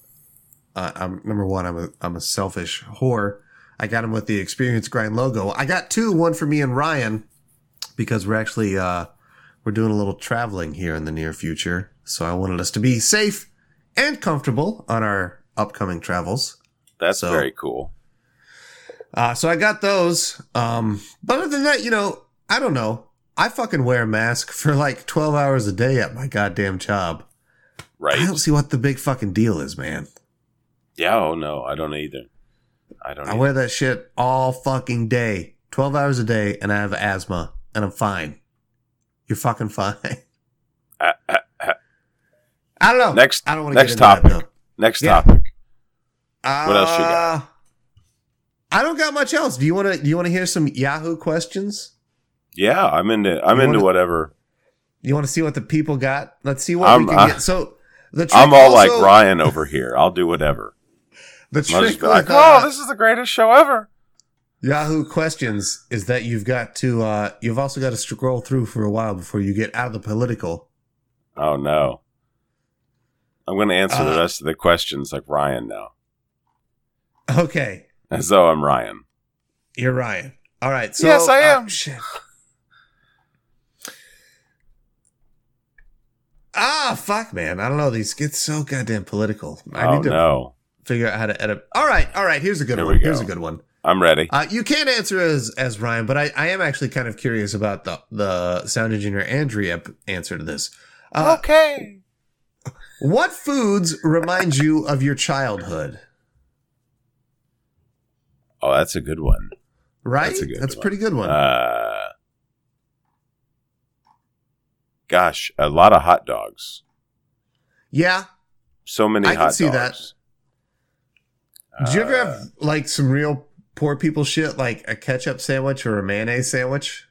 S2: I, I'm number one. I'm a I'm a selfish whore. I got them with the Experience Grind logo. I got two, one for me and Ryan, because we're actually uh, we're doing a little traveling here in the near future. So I wanted us to be safe and comfortable on our upcoming travels.
S1: That's
S2: So-
S1: very cool.
S2: Uh, so I got those. Um, but other than that, you know, I don't know. I fucking wear a mask for like 12 hours a day at my goddamn job. I
S1: Right?
S2: don't see what the big fucking deal is, man.
S1: yeah. Oh no, I don't either. I don't.
S2: I
S1: either.
S2: wear that shit all fucking day, 12 hours a day, and I have asthma, and I'm fine. You're fucking fine.
S1: Ah, ah, ah.
S2: I don't know.
S1: Next-
S2: I don't want
S1: next topic. Next
S2: Yeah.
S1: topic.
S2: what
S1: else you
S2: got? Uh, I don't got much else. Do you want to? Do you want to hear some Yahoo questions?
S1: Yeah, I'm into. I'm
S2: You
S1: into
S2: wanna-
S1: whatever.
S2: You want to see what the people got? Let's see what
S1: I'm-
S2: we can
S1: I-
S2: get. So the trick
S1: I'm all like
S2: also-
S1: Ryan over here. I'll do whatever.
S2: The
S1: I'll just
S2: trick
S1: be like,
S2: with, uh,
S1: oh, this is the greatest show ever.
S2: Yahoo questions is that you've got to uh, you've also got to scroll through for a while before you get out of the political.
S1: Oh no. I'm going to answer the
S2: Uh,
S1: rest of the questions like Ryan now,
S2: Okay,
S1: as though I'm Ryan.
S2: you're Ryan. All right, so
S1: Yes, I
S2: uh,
S1: am.
S2: shit. Ah, fuck, man! I don't know. These get so goddamn political. I
S1: oh
S2: need to
S1: no,
S2: figure out how to edit. All right, all right. Here's a good
S1: Here
S2: one.
S1: we go.
S2: Here's a good one.
S1: I'm ready.
S2: Uh, you can answer as as Ryan, but I, I am actually kind of curious about the the sound engineer Andrea p- answer to this. Uh,
S1: Oh. okay.
S2: What foods remind you of your childhood?
S1: Oh, that's a good one.
S2: Right?
S1: That's a good one.
S2: pretty good one.
S1: Uh, gosh, a lot of hot dogs.
S2: yeah.
S1: So many
S2: I can
S1: hot
S2: see
S1: dogs.
S2: Did you ever
S1: Uh,
S2: have like some real poor people shit, like a ketchup sandwich or a mayonnaise sandwich?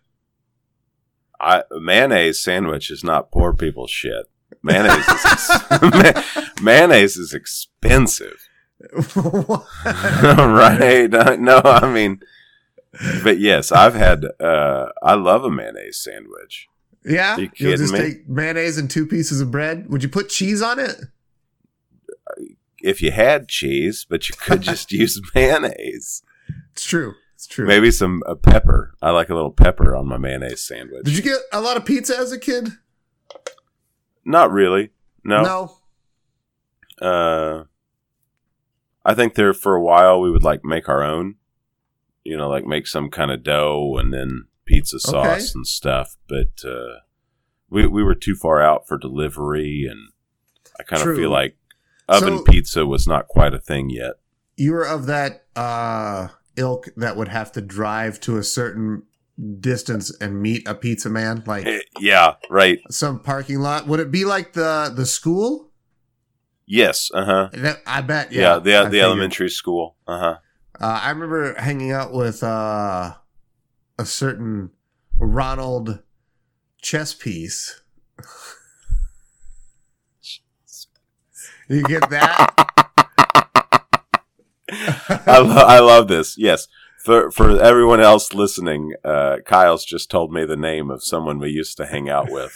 S1: I, mayonnaise sandwich is not poor people shit. Mayonnaise is ex- mayonnaise is expensive,
S2: What?
S1: right? I- No, I mean, but yes, I've had. Uh, I love a mayonnaise sandwich.
S2: yeah,
S1: You
S2: you'll just
S1: kidding me?
S2: take mayonnaise and two pieces of bread. Would you put cheese on it?
S1: If you had cheese, but you could just use mayonnaise.
S2: It's true. It's true.
S1: Maybe some uh, pepper. I like a little pepper on my mayonnaise sandwich.
S2: Did you get a lot of pizza as a kid?
S1: Not really. No. Uh, I think there for a while we would like make our own, you know, like make some kind of dough and then pizza sauce
S2: Okay.
S1: and stuff. But uh, we we were too far out for delivery, and I kind
S2: True.
S1: of feel like oven
S2: So-
S1: pizza was not quite a thing yet.
S2: You were of that uh, ilk that would have to drive to a certain distance and meet a pizza man, like
S1: Eh, yeah, right.
S2: some parking lot. Would it be like the the school?
S1: Yes. Uh huh.
S2: That, I bet. Yeah.
S1: Yeah, the
S2: I
S1: the
S2: figured.
S1: elementary school. Uh huh.
S2: Uh, I remember hanging out with uh, a certain Ronald chess piece. you get that? Uh-huh.
S1: I, lo- I love this. Yes. For, for everyone else listening, uh, Kyle's just told me the name of someone we used to hang out with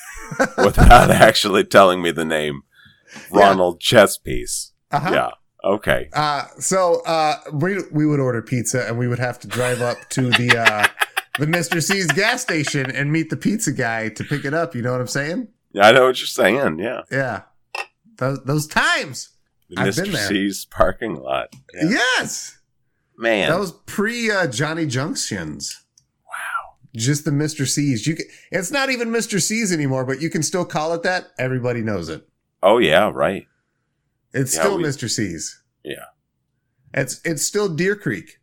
S1: without actually telling me the name.
S2: Yeah.
S1: Ronald Chesspiece.
S2: Uh-huh.
S1: Yeah. Okay.
S2: Uh, so uh, we we would order pizza and we would have to drive up to the uh, the Mr. C's gas station and meet the pizza guy to pick it up. You know what I'm saying?
S1: I know what you're saying. Yeah.
S2: Yeah, those, those times.
S1: The
S2: I've
S1: Mr.
S2: been there.
S1: C's parking lot. Yeah.
S2: Yes,
S1: Man.
S2: that was pre uh, Johnny Junctions. Wow, just the Mr. C's. You can, it's not even Mr. C's anymore, but you can still call it that. Everybody knows it.
S1: oh, yeah. Right.
S2: It's
S1: Yeah,
S2: still
S1: we-
S2: Mr. C's.
S1: Yeah.
S2: it's it's still Deer Creek.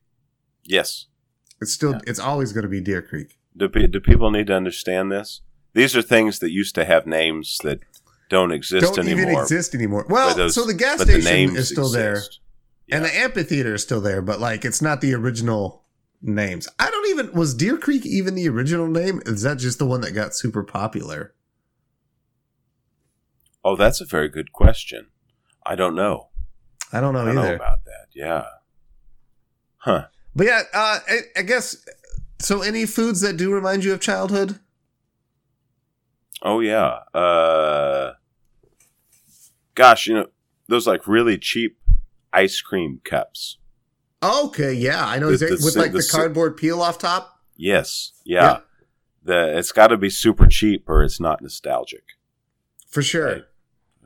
S1: Yes.
S2: It's still
S1: Yeah.
S2: it's always going to be Deer Creek.
S1: Do, pe- do people need to understand this? These are things that used to have names that don't exist
S2: don't
S1: anymore.
S2: even exist anymore.
S1: but
S2: Well,
S1: those-
S2: so the gas
S1: but the
S2: station
S1: names
S2: is still there,
S1: exist.
S2: and the amphitheater is still there, but like it's not the original names. I don't even was Deer Creek even the original name? Is that just the one that got super popular?
S1: Oh, that's a very good question. I don't know.
S2: I don't know
S1: I don't know
S2: either.
S1: about that. Yeah. Huh.
S2: but yeah, uh, I, I guess so. Any foods that do remind you of childhood?
S1: Oh yeah. Uh gosh, you know, those like really cheap ice cream cups.
S2: Okay, yeah, I know
S1: The-
S2: exactly
S1: the
S2: with
S1: si-
S2: like
S1: the
S2: the,
S1: si-
S2: cardboard peel off top.
S1: Yes. Yeah.
S2: Yeah.
S1: The it's gotta be super cheap or it's not nostalgic.
S2: For sure.
S1: Right.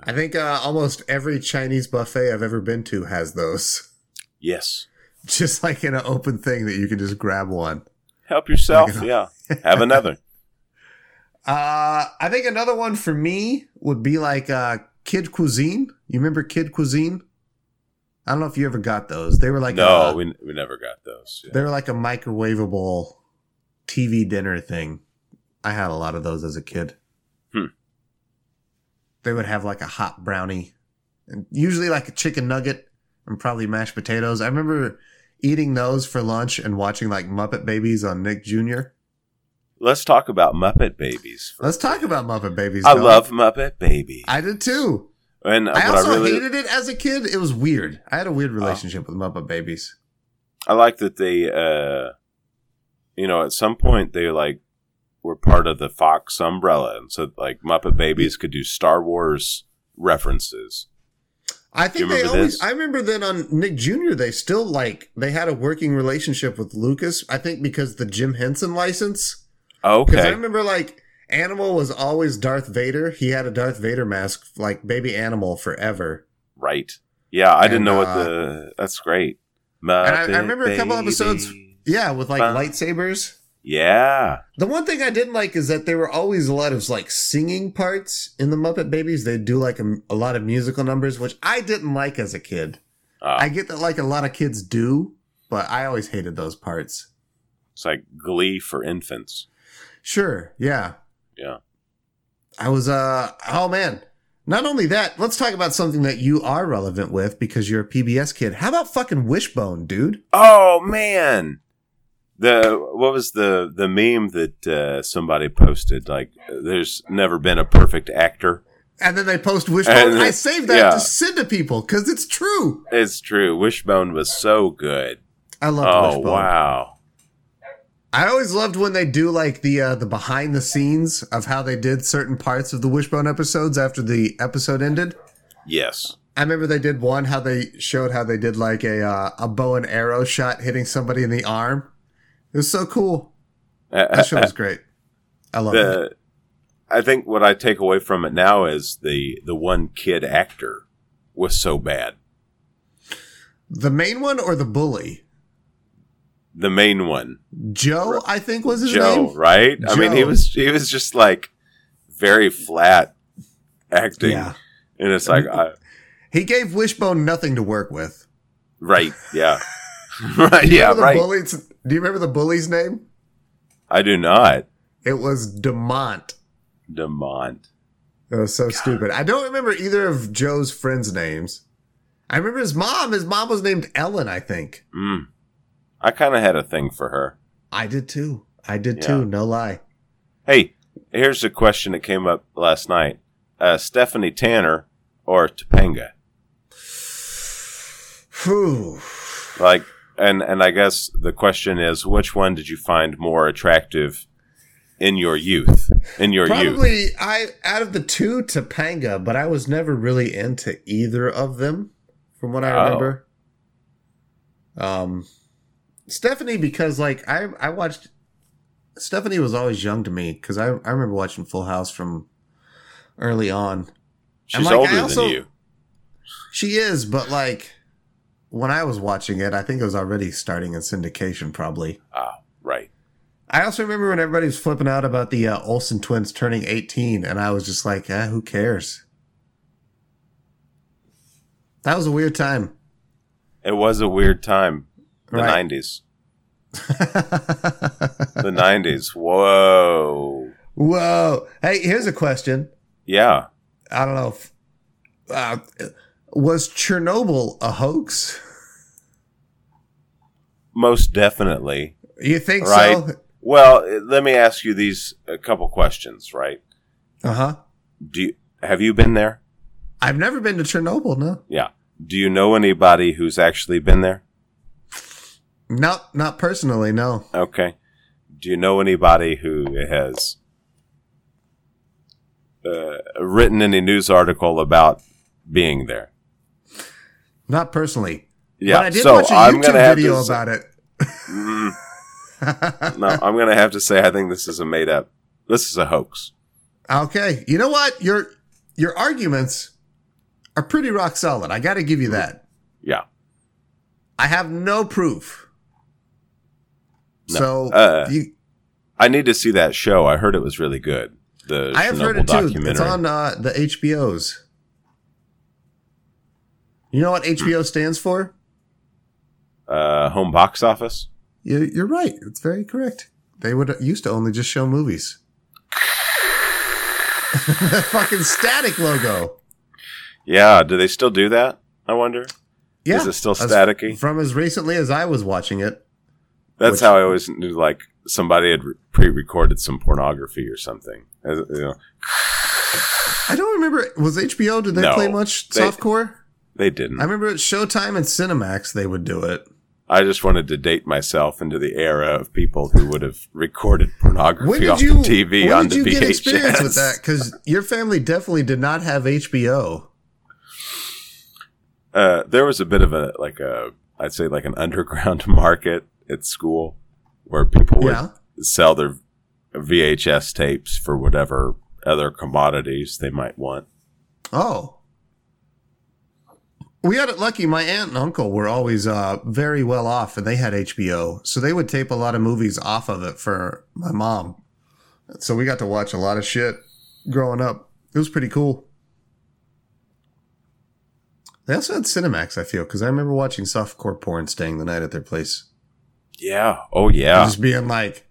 S2: I think uh, almost every Chinese buffet I've ever been to has those.
S1: Yes.
S2: Just like in an open thing that you can just grab one.
S1: Help yourself,
S2: Like
S1: yeah. Have another.
S2: Uh, I think another one for me would be like uh, Kid Cuisine. You remember Kid Cuisine? I don't know if you ever got those. They were like uh,
S1: no,
S2: a,
S1: we, we never got those. Yeah.
S2: they were like a microwavable TV dinner thing. I had a lot of those as a kid.
S1: Hmm.
S2: They would have like a hot brownie, and usually like a chicken nugget and probably mashed potatoes. I remember eating those for lunch and watching like Muppet Babies on Nick Jr.
S1: Let's talk about Muppet Babies.
S2: Let's talk about Muppet Babies.
S1: I
S2: Noah.
S1: love Muppet Babies.
S2: I did too.
S1: and
S2: I
S1: what
S2: also
S1: really,
S2: hated it as a kid. It was weird. I had a weird relationship with Muppet Babies.
S1: I like that they, uh, you know, at some point they like were part of the Fox umbrella, and so like Muppet Babies could do Star Wars references.
S2: I
S1: you
S2: think they
S1: remember
S2: always.
S1: this?
S2: I remember then on Nick Jr. They still like they had a working relationship with Lucas. I think because the Jim Henson license. Because I
S1: Okay,
S2: remember like Animal was always Darth Vader. He had a Darth Vader mask, like baby Animal, forever.
S1: right? Yeah, I
S2: And,
S1: didn't know what
S2: uh,
S1: the. That's great.
S2: I- I
S1: Muppet
S2: remember a couple episodes-
S1: Babies.
S2: Yeah, with like
S1: Fun.
S2: lightsabers.
S1: Yeah,
S2: The one thing I didn't like is that there were always a lot of like singing parts in the Muppet Babies. They do like a, a lot of musical numbers, which I didn't like as a kid.
S1: Ah.
S2: I get that like a lot of kids do, but I always hated those parts.
S1: it's like Glee for infants.
S2: Sure, yeah,
S1: Yeah.
S2: I was uh oh man, Not only that, let's talk about something that you are relevant with because you're a PBS kid. How about fucking Wishbone, dude?
S1: Oh man, the what was the the meme that uh, somebody posted? Like, there's never been a perfect actor.
S2: And then they post Wishbone.
S1: And-
S2: I save that
S1: yeah.
S2: to send to people because it's true.
S1: It's true. Wishbone was so good.
S2: I love
S1: Oh
S2: Wishbone.
S1: wow.
S2: I always loved when they do like the uh, the behind the scenes of how they did certain parts of the Wishbone episodes after the episode ended.
S1: Yes.
S2: I remember they did one how they showed how they did like a uh, a bow and arrow shot hitting somebody in the arm. It was so cool. That show was great. I love it.
S1: the I think what I take away from it now is the the one kid actor was so bad.
S2: The main one or the bully?
S1: The main one,
S2: Joe, I think was his
S1: Joe,
S2: name.
S1: right? I mean, he
S2: Joe.
S1: was he was just like very flat acting,
S2: Yeah.
S1: and it's like, I,
S2: He gave Wishbone nothing to work with.
S1: right, yeah, right, yeah,
S2: Remember the
S1: right.
S2: bully's- do you remember the bully's name?
S1: I do not,
S2: It was Demont.
S1: Demont.
S2: It was so stupid. I don't remember either of Joe's friends' names. I remember his mom. His mom was named Ellen, I think.
S1: Mm. I kind of had a thing for her.
S2: I did too. I did
S1: Yeah.
S2: too. No lie.
S1: Hey, here's a question that came up last night: uh, Stephanie Tanner or Topanga?
S2: Whew.
S1: like and and i guess the question is which one did you find more attractive in your youth in your youth
S2: Probably I out of the two Topanga, but I was never really into either of them, from what I
S1: Oh.
S2: remember. Um, Stephanie, because like I I watched Stephanie was always young to me because I I remember watching Full House from early on.
S1: she's
S2: like, I
S1: older
S2: also-
S1: than you
S2: She is, but like when I was watching it, I think it was already starting in syndication, probably.
S1: ah right
S2: I also remember when everybody was flipping out about the uh, Olsen twins turning 18, and I was just like, eh, who cares? That was a weird time.
S1: it was a weird time the
S2: Right.
S1: 90s the 90s whoa
S2: Whoa. Hey, here's a question.
S1: yeah
S2: I don't know if. Uh, was Chernobyl a hoax?
S1: most definitely
S2: You think
S1: Right.
S2: so?
S1: well eh, let me ask you these a couple questions right
S2: Uh huh.
S1: do you, have you been there
S2: I've never been to Chernobyl, no.
S1: yeah do you know anybody who's actually been there
S2: Not, not personally, no.
S1: Okay. Do you know anybody who has uh, written any news article about being there?
S2: Not personally.
S1: Yeah.
S2: but I did
S1: so
S2: watch a
S1: I'm
S2: YouTube
S1: gonna have
S2: video
S1: to say-
S2: about it.
S1: Mm, no, I'm going to have to say I think this is a made up. This is a hoax.
S2: Okay. You know what? Your your arguments are pretty rock solid. I got to give you that.
S1: Yeah.
S2: I have no proof.
S1: No.
S2: So
S1: Uh,
S2: you,
S1: I need to see that show. I heard it was really good. The
S2: I have
S1: Chernobyl
S2: heard it too.
S1: documentary.
S2: It's on uh, the HBOs. You know what
S1: Hmm.
S2: HBO stands for?
S1: uh, home box office.
S2: You, you're right. It's very correct. They would used to only just show movies. that fucking static logo.
S1: Yeah. Do they still do that? I wonder.
S2: Yeah.
S1: Is it still
S2: As-
S1: staticky?
S2: From as recently as I was watching it.
S1: That's
S2: Which-
S1: how I always knew, like somebody had re- pre-recorded some pornography or something. As- you know,
S2: I don't remember. Was HBO? Did they
S1: No.
S2: play much
S1: They-
S2: softcore?
S1: they didn't.
S2: I remember at Showtime and Cinemax they would do it.
S1: I just wanted to date myself into the era of people who would have recorded pornography
S2: When did
S1: off
S2: you?
S1: the TV
S2: when
S1: on
S2: did
S1: the
S2: you
S1: VHS.
S2: get experience with that? Because your family definitely did not have HBO.
S1: Uh, there was a bit of a like a I'd say like an underground market at school where people would
S2: Yeah.
S1: sell their VHS tapes for whatever other commodities they might want.
S2: Oh. We had it lucky. My aunt and uncle were always uh, very well off, and they had HBO, so they would tape a lot of movies off of it for my mom. So we got to watch a lot of shit growing up. It was pretty cool. They also had Cinemax, I feel, because I remember watching softcore porn staying the night at their place,
S1: Yeah. Oh yeah.
S2: just being like,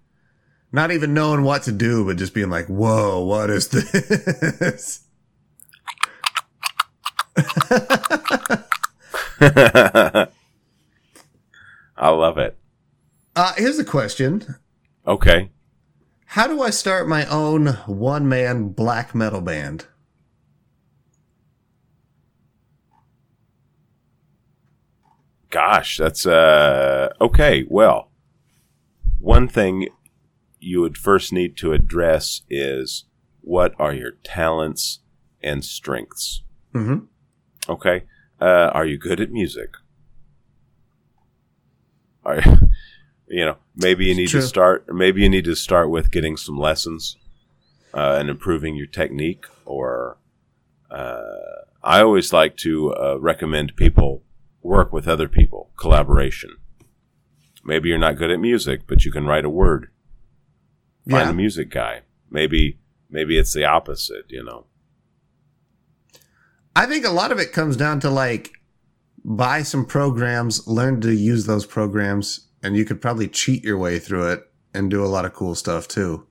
S2: not even knowing what to do, but just being like, "Whoa, what is this?"
S1: I love it.
S2: Uh, here's a question:
S1: Okay.
S2: How do I start my own one-man black metal band?
S1: Gosh, that's uh okay. Well, one thing you would first need to address is what are your talents and strengths?
S2: Mm-hmm.
S1: Okay. Uh, are you good at music? Are you, you know maybe you
S2: It's
S1: need
S2: true.
S1: to start maybe you need to start with getting some lessons uh, and improving your technique or uh, I always like to uh, recommend people work with other people collaboration. Maybe you're not good at music, but you can write a word. Find
S2: Yeah.
S1: a music guy. Maybe maybe it's the opposite. You know.
S2: I think a lot of it comes down to like buy some programs, learn to use those programs, and you could probably cheat your way through it and do a lot of cool stuff too.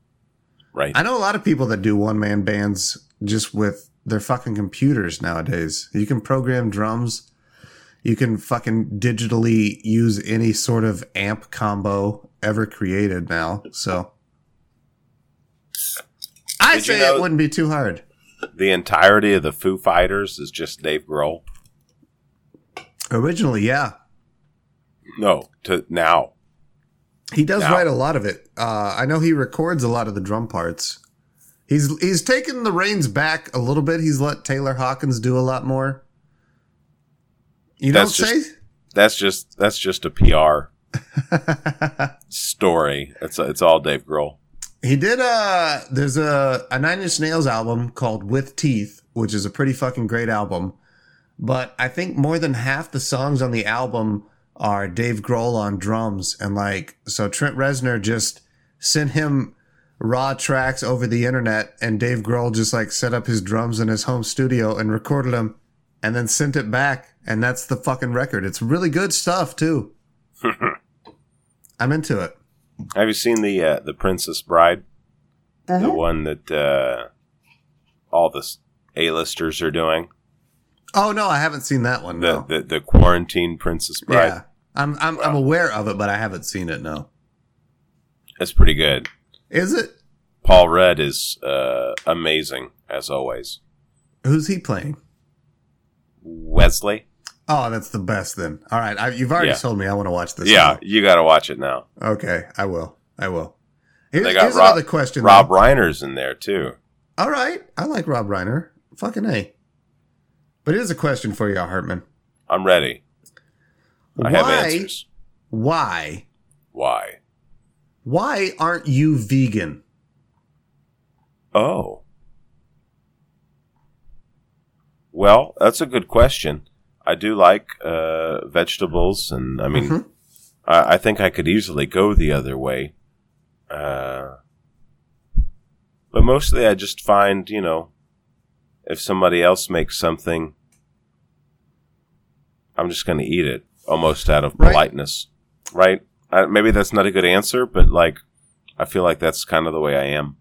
S1: Right.
S2: I know a lot of people that do one man bands just with their fucking computers nowadays. You can program drums. You can fucking digitally use any sort of amp combo ever created now. So I
S1: Did you
S2: say
S1: know-
S2: it wouldn't be too hard.
S1: the entirety of the Foo Fighters is just Dave Grohl.
S2: Originally, yeah.
S1: No, to now.
S2: He does
S1: Now-
S2: write a lot of it. Uh, I know he records a lot of the drum parts. He's he's taken the reins back a little bit. He's let Taylor Hawkins do a lot more. You
S1: That's
S2: don't
S1: just- That's just that's just a PR
S2: say.
S1: story. It's it's all Dave Grohl.
S2: he did. Uh, there's a a Nine Inch Nails album called With Teeth, which is a pretty fucking great album. But I think more than half the songs on the album are Dave Grohl on drums, and like so Trent Reznor just sent him raw tracks over the internet, and Dave Grohl just like set up his drums in his home studio and recorded them, and then sent it back, and that's the fucking record. It's really good stuff too. I'm into it.
S1: Have you seen the uh, the Princess Bride? The
S2: Uh-huh.
S1: one that uh, all the A listers are doing.
S2: Oh no, I haven't seen that one.
S1: The,
S2: no.
S1: the the quarantine Princess Bride.
S2: Oh. Yeah. I'm I'm I'm aware of it, but I haven't seen it. No,
S1: That's pretty good.
S2: is it?
S1: Paul Rudd is uh, amazing as always.
S2: Who's he playing?
S1: Wesley.
S2: Oh, that's the best. Then all right, I, you've already
S1: Yeah.
S2: told me I want to watch this.
S1: yeah, you got to watch it now.
S2: now. Okay, I will. I will. Here's,
S1: They got
S2: here's
S1: Rob-
S2: another question.
S1: Rob
S2: though.
S1: Reiner's in there too.
S2: All right, I like Rob Reiner. Fucking a. But here's a question for you, Hartman.
S1: I'm ready. I have
S2: why?
S1: answers.
S2: Why?
S1: Why?
S2: Why aren't you vegan?
S1: Oh. Well, that's a good question. I do like uh, vegetables, and I mean,
S2: Mhm.
S1: I, I think I could easily go the other way. Uh, but mostly, I just find, you know, if somebody else makes something, I'm just going to eat it almost out of
S2: Right.
S1: politeness, right? Uh, maybe that's not a good answer, but like, I feel like that's kind of the way I am.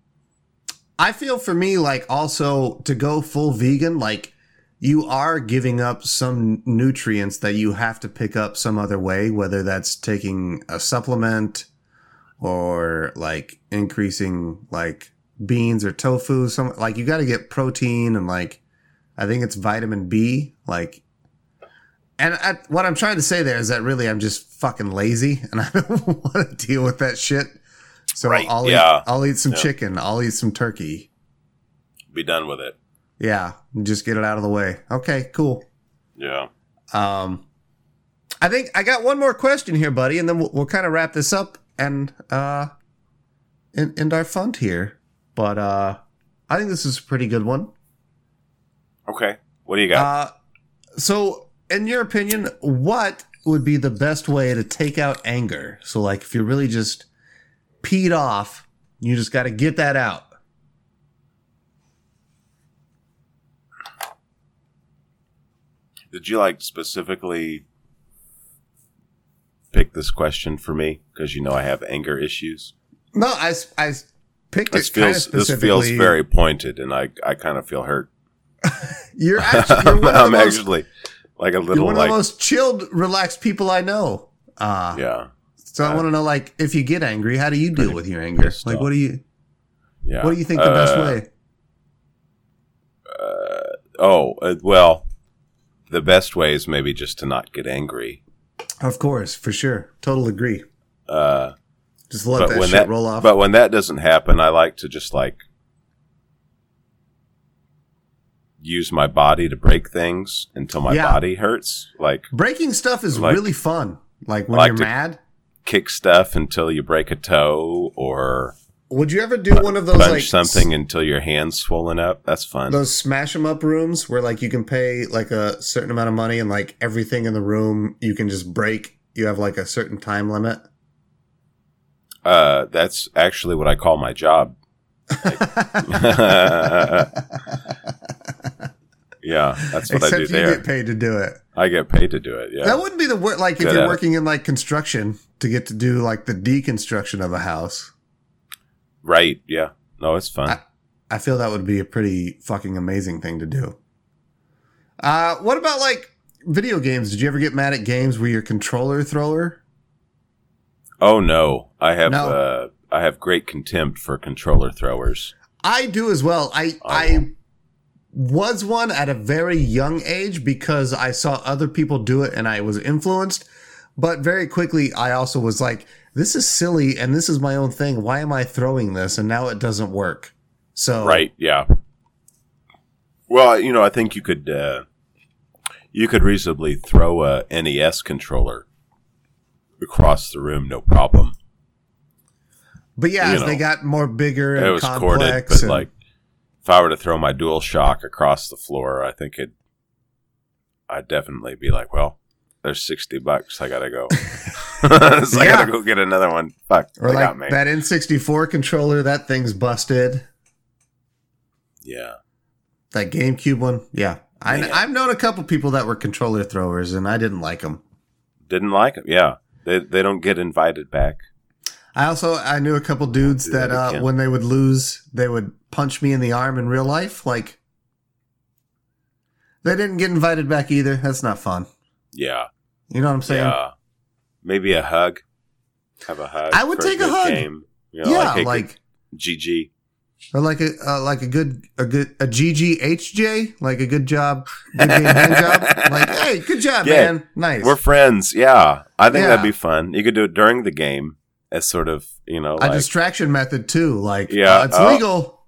S2: I feel for me, like also to go full vegan, like you are giving up some nutrients that you have to pick up some other way, whether that's taking a supplement or like increasing like beans or tofu. Some like you got to get protein and like I think it's vitamin B. Like, and I, what I'm trying to say there is that really I'm just fucking lazy and I don't want to deal with that shit. So
S1: Right,
S2: I'll
S1: yeah.
S2: eat, I'll eat some
S1: Yeah.
S2: chicken. I'll eat some turkey.
S1: Be done with it.
S2: Yeah, just get it out of the way. Okay, cool.
S1: Yeah.
S2: Um, I think I got one more question here, buddy, and then we'll, we'll kind of wrap this up and uh, end, end our fund here. But uh, I think this is a pretty good one.
S1: Okay. What do you got?
S2: Uh, so, in your opinion, what would be the best way to take out anger? So, like, if you're really just peed off, you just got to get that out.
S1: Did you like specifically pick this question for me because you know I have anger issues?
S2: No, I, s- I s- picked
S1: This
S2: it kind of
S1: feels this feels
S2: specifically.
S1: very pointed, and I I kind of feel hurt.
S2: You're actually, you're one of the
S1: I'm
S2: most-
S1: actually like a
S2: you're
S1: little
S2: one of
S1: like
S2: the most chilled, relaxed people I know. Uh,
S1: yeah,
S2: so I want to know, like, if you get angry, how do you deal with your anger?
S1: pissed
S2: Like,
S1: off.
S2: what do you,
S1: uh, yeah.
S2: what do you think the best
S1: Uh,
S2: way?
S1: Oh uh, well, the best way is maybe just to not get angry.
S2: Of course, for sure, total agree.
S1: Uh,
S2: Just let that shit roll off.
S1: But when that doesn't happen, I like to just like use my body to break things until my
S2: Yeah.
S1: body hurts. Like
S2: Breaking stuff is
S1: Like-
S2: really fun. Like when
S1: like
S2: you're
S1: to-
S2: mad.
S1: kick stuff until you break a toe, or
S2: Would you ever do one of those
S1: punch
S2: like
S1: something until your hand's swollen up. That's fun.
S2: those smash 'em up rooms where like you can pay like a certain amount of money and like everything in the room you can just break. You have like a certain time limit.
S1: uh, that's actually what I call my job. Yeah, that's what I
S2: Except
S1: do
S2: you
S1: there.
S2: get paid to do it.
S1: I get paid to do it. Yeah.
S2: That wouldn't be the wor Like if
S1: Good
S2: you're
S1: at it.
S2: working in like construction to get to do like the deconstruction of a house,
S1: right. Yeah. No, it's fun.
S2: I feel that would be a pretty fucking amazing thing to do. Uh, what about like video games? Did you ever get mad at games where your controller thrower?
S1: oh no, I have
S2: No.
S1: uh, I have great contempt for controller throwers.
S2: I do as well. I
S1: Oh.
S2: I was one at a very young age because I saw other people do it and I was influenced. But very quickly, I also was like, "This is silly, and this is my own thing. Why am I throwing this?" And now it doesn't work. So
S1: Right. Yeah. Well, you know, I think you could uh, you could reasonably throw a NES controller across the room, no problem.
S2: but yeah,
S1: You
S2: as they
S1: know,
S2: got more bigger and
S1: it was
S2: complex,
S1: corded, but
S2: and-
S1: like if I were to throw my dual shock across the floor, I think it I'd definitely be like, Well, there's sixty bucks, I gotta go. so I
S2: Yeah.
S1: gotta go get another one. Fuck.
S2: or
S1: they
S2: like
S1: got me.
S2: that N64 controller, that thing's busted.
S1: yeah.
S2: That GameCube one, yeah. I,
S1: Man.
S2: I've known a couple people that were controller throwers, and I didn't like them.
S1: Didn't like it. Yeah. They they don't get invited back.
S2: I also I knew a couple dudes
S1: Do
S2: that,
S1: that
S2: uh,
S1: again.
S2: when they would lose, they would punch me in the arm in real life. Like they didn't get invited back either. That's not fun.
S1: Yeah.
S2: You know what I'm saying?
S1: Yeah. Maybe a hug. Have a hug.
S2: I would
S1: for
S2: take a
S1: good
S2: hug.
S1: Game. You
S2: Yeah,
S1: know, like, hey,
S2: like
S1: GG.
S2: or like a uh, like a good a good a GGHJ, like a good job, good game hand job. Like hey, good job,
S1: Yeah.
S2: man, nice.
S1: We're friends. Yeah. I think
S2: Yeah.
S1: that'd be fun. You could do it during the game as sort of, you know,
S2: a
S1: like,
S2: distraction method too. Like
S1: Yeah,
S2: uh, it's
S1: uh,
S2: legal.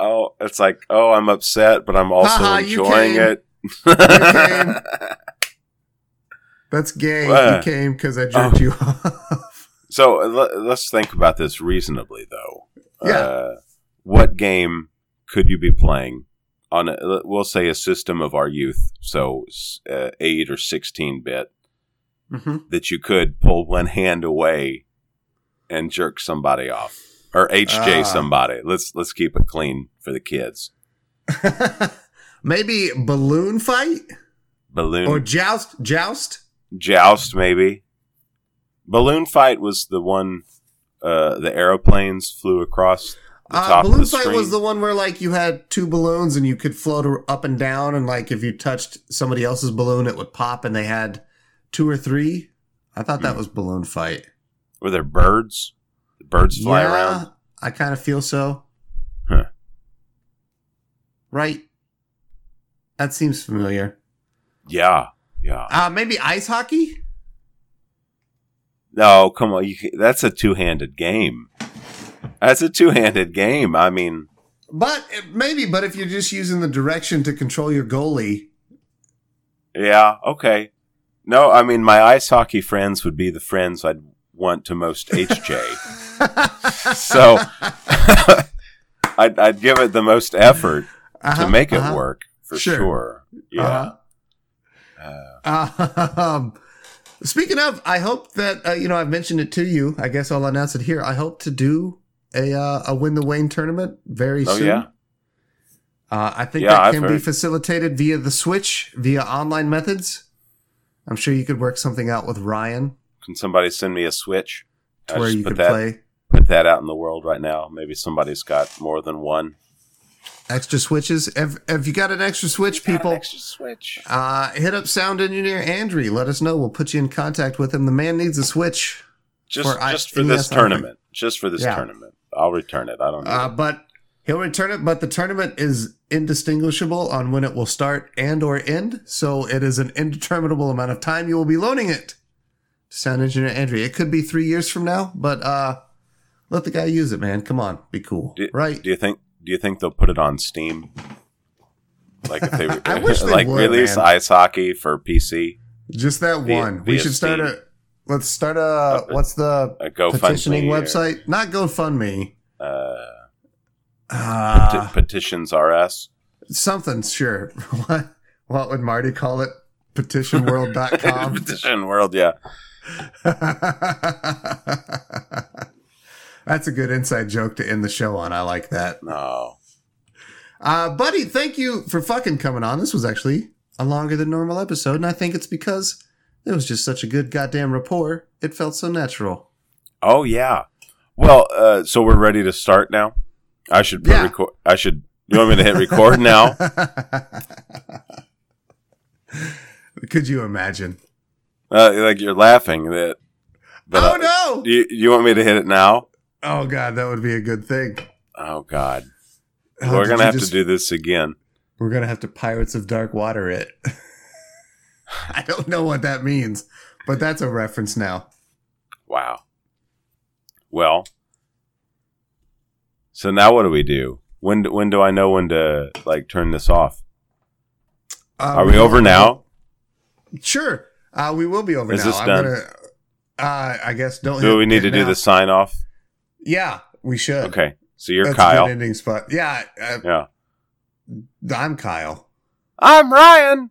S1: oh, it's like, oh, I'm upset, but I'm also
S2: Haha, you
S1: enjoying
S2: came.
S1: it.
S2: came. That's gay. you
S1: What?
S2: came because I jerked
S1: Oh.
S2: you off.
S1: so l- let's think about this reasonably, though.
S2: Yeah.
S1: Uh, what game could you be playing on, a, we'll say, a system of our youth, so s- uh, 8 or 16 bit?
S2: mm-hmm.
S1: that you could pull one hand away and jerk somebody off or HJ
S2: Ah.
S1: somebody. Let's let's keep it clean for the kids.
S2: Mm-hmm. maybe balloon fight
S1: Balloon
S2: or joust joust
S1: joust maybe. Balloon fight was the one uh, the aeroplanes flew across the
S2: uh,
S1: top
S2: balloon
S1: of the
S2: fight
S1: screen.
S2: was the one where like you had two balloons and you could float ar- up and down and like if you touched somebody else's balloon it would pop and they had two or three i thought that
S1: Hmm.
S2: was balloon fight
S1: Were there birds? Birds fly around.
S2: i kind of feel so
S1: Huh.
S2: right that seems familiar
S1: Yeah, yeah.
S2: uh maybe ice hockey
S1: No, come on. You, ca- that's a two-handed game. That's a two-handed game. I mean,
S2: but eh, maybe but if you're just using the direction to control your goalie
S1: Yeah, okay. No, I mean, my ice hockey friends would be the friends I'd want to most HJ.
S2: Uh-huh,
S1: so I'd, I'd give it the most effort to
S2: Uh-huh,
S1: make it
S2: uh-huh.
S1: work for
S2: Sure.
S1: sure. Yeah. Uh,
S2: Uh-huh. Um, speaking of, I hope that uh, you know I've mentioned it to you. I guess I'll announce it here. I hope to do a uh, a win the Wayne tournament very
S1: oh,
S2: soon.
S1: yeah.
S2: Uh, I think
S1: Yeah,
S2: that
S1: I've
S2: can be
S1: heard.
S2: facilitated via the Switch, via online methods. I'm sure you could work something out with Ryan
S1: Can somebody send me a Switch?
S2: to
S1: I
S2: where
S1: just
S2: you
S1: put
S2: could
S1: that,
S2: play.
S1: put that out in the world right now. Maybe somebody's got more than one.
S2: Extra switches. If, if you got an extra switch,
S1: Got an
S2: people,
S1: extra switch.
S2: uh, hit up sound engineer Andrew. Let us know. We'll put you in contact with him. The man needs a switch.
S1: Just
S2: or I-
S1: just for this
S2: yes, I think-
S1: tournament. Just for this
S2: Yeah.
S1: tournament. I'll return it. I don't know.
S2: Uh, but he'll return it. But the tournament is indistinguishable on when it will start and or end. So it is an indeterminable amount of time you will be loaning it to sound engineer Andrew. It could be three years from now, but uh, let the guy use it, man. Come on, be cool,
S1: Do-
S2: right?
S1: Do you think? Do you think they'll put it on Steam? Like if they,
S2: I wish they
S1: like
S2: would,
S1: release
S2: man.
S1: ice hockey for PC,
S2: Just that
S1: Via-
S2: one. we
S1: via
S2: should start
S1: Steam.
S2: a. Let's start a. What's the
S1: a GoFundMe
S2: petitioning
S1: or,
S2: website? Not GoFundMe.
S1: uh,
S2: Uh,
S1: peti- petitions RS.
S2: something, sure. what, what would Marty call it? Petitionworld.com.
S1: Petition world, yeah.
S2: That's a good inside joke to end the show on. I like that.
S1: No,
S2: Uh, buddy, thank you for fucking coming on. This was actually a longer than normal episode, and I think it's because it was just such a good goddamn rapport. It felt so natural.
S1: Oh yeah. Well, uh, so we're ready to start now. I should put
S2: Yeah.
S1: record. I should. You want me to hit record now?
S2: Could you imagine?
S1: Uh, like you're laughing that. But uh,
S2: oh, no!
S1: You you want me to hit it now?
S2: Oh, God, that would be a good thing.
S1: Oh God,
S2: Oh,
S1: we're
S2: did
S1: gonna
S2: you
S1: have
S2: just-
S1: to do this again.
S2: We're gonna have to Pirates of Dark Water it. I don't know what that means, but that's a reference now.
S1: Wow. Well. So now what do we do? When do- when do I know when to like turn this off?
S2: Uh,
S1: Are we over now?
S2: Sure. Uh, we will be over
S1: Is
S2: now.
S1: this
S2: I'm
S1: done?
S2: gonna. Uh, I guess don't.
S1: Do
S2: hit-
S1: we need
S2: hit
S1: to do
S2: now.
S1: the sign off?
S2: Yeah, we should.
S1: Okay. So you're
S2: That's a good
S1: Kyle.
S2: ending spot. Yeah, uh,
S1: Yeah.
S2: I'm Kyle.
S1: I'm Ryan.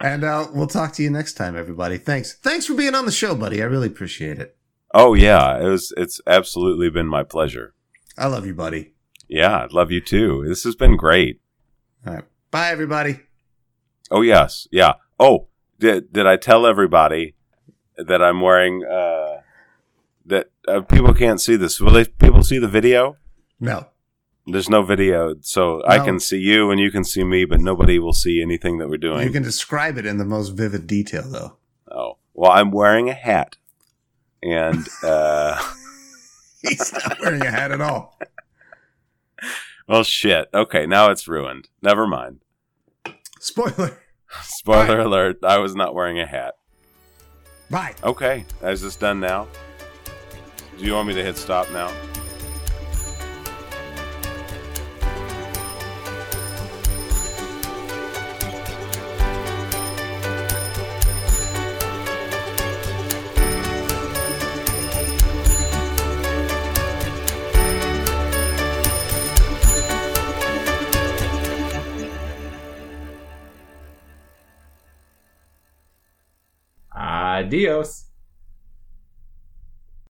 S2: and uh, we'll talk to you next time, everybody. Thanks. Thanks for being on the show, buddy. I really appreciate it.
S1: Oh yeah, it was. It's absolutely been my pleasure.
S2: I love you, buddy.
S1: Yeah, I love you too. This has been great.
S2: All right. Bye, everybody.
S1: Oh yes, yeah. Oh, did did I tell everybody that I'm wearing? Uh, that uh, people can't see this. Will they, people see the video?
S2: No.
S1: There's no video, so I
S2: No.
S1: can see you and you can see me, but nobody will see anything that we're
S2: You
S1: doing.
S2: can describe it in the most vivid detail, though.
S1: oh, well, I'm wearing a hat, and uh,
S2: He's not wearing a hat at all.
S1: well, shit. Okay, now it's ruined. Never mind.
S2: Spoiler.
S1: Spoiler alert: I was not wearing a hat.
S2: Bye.
S1: Okay. Is this done now? Do you want me to hit stop now?
S3: Adios.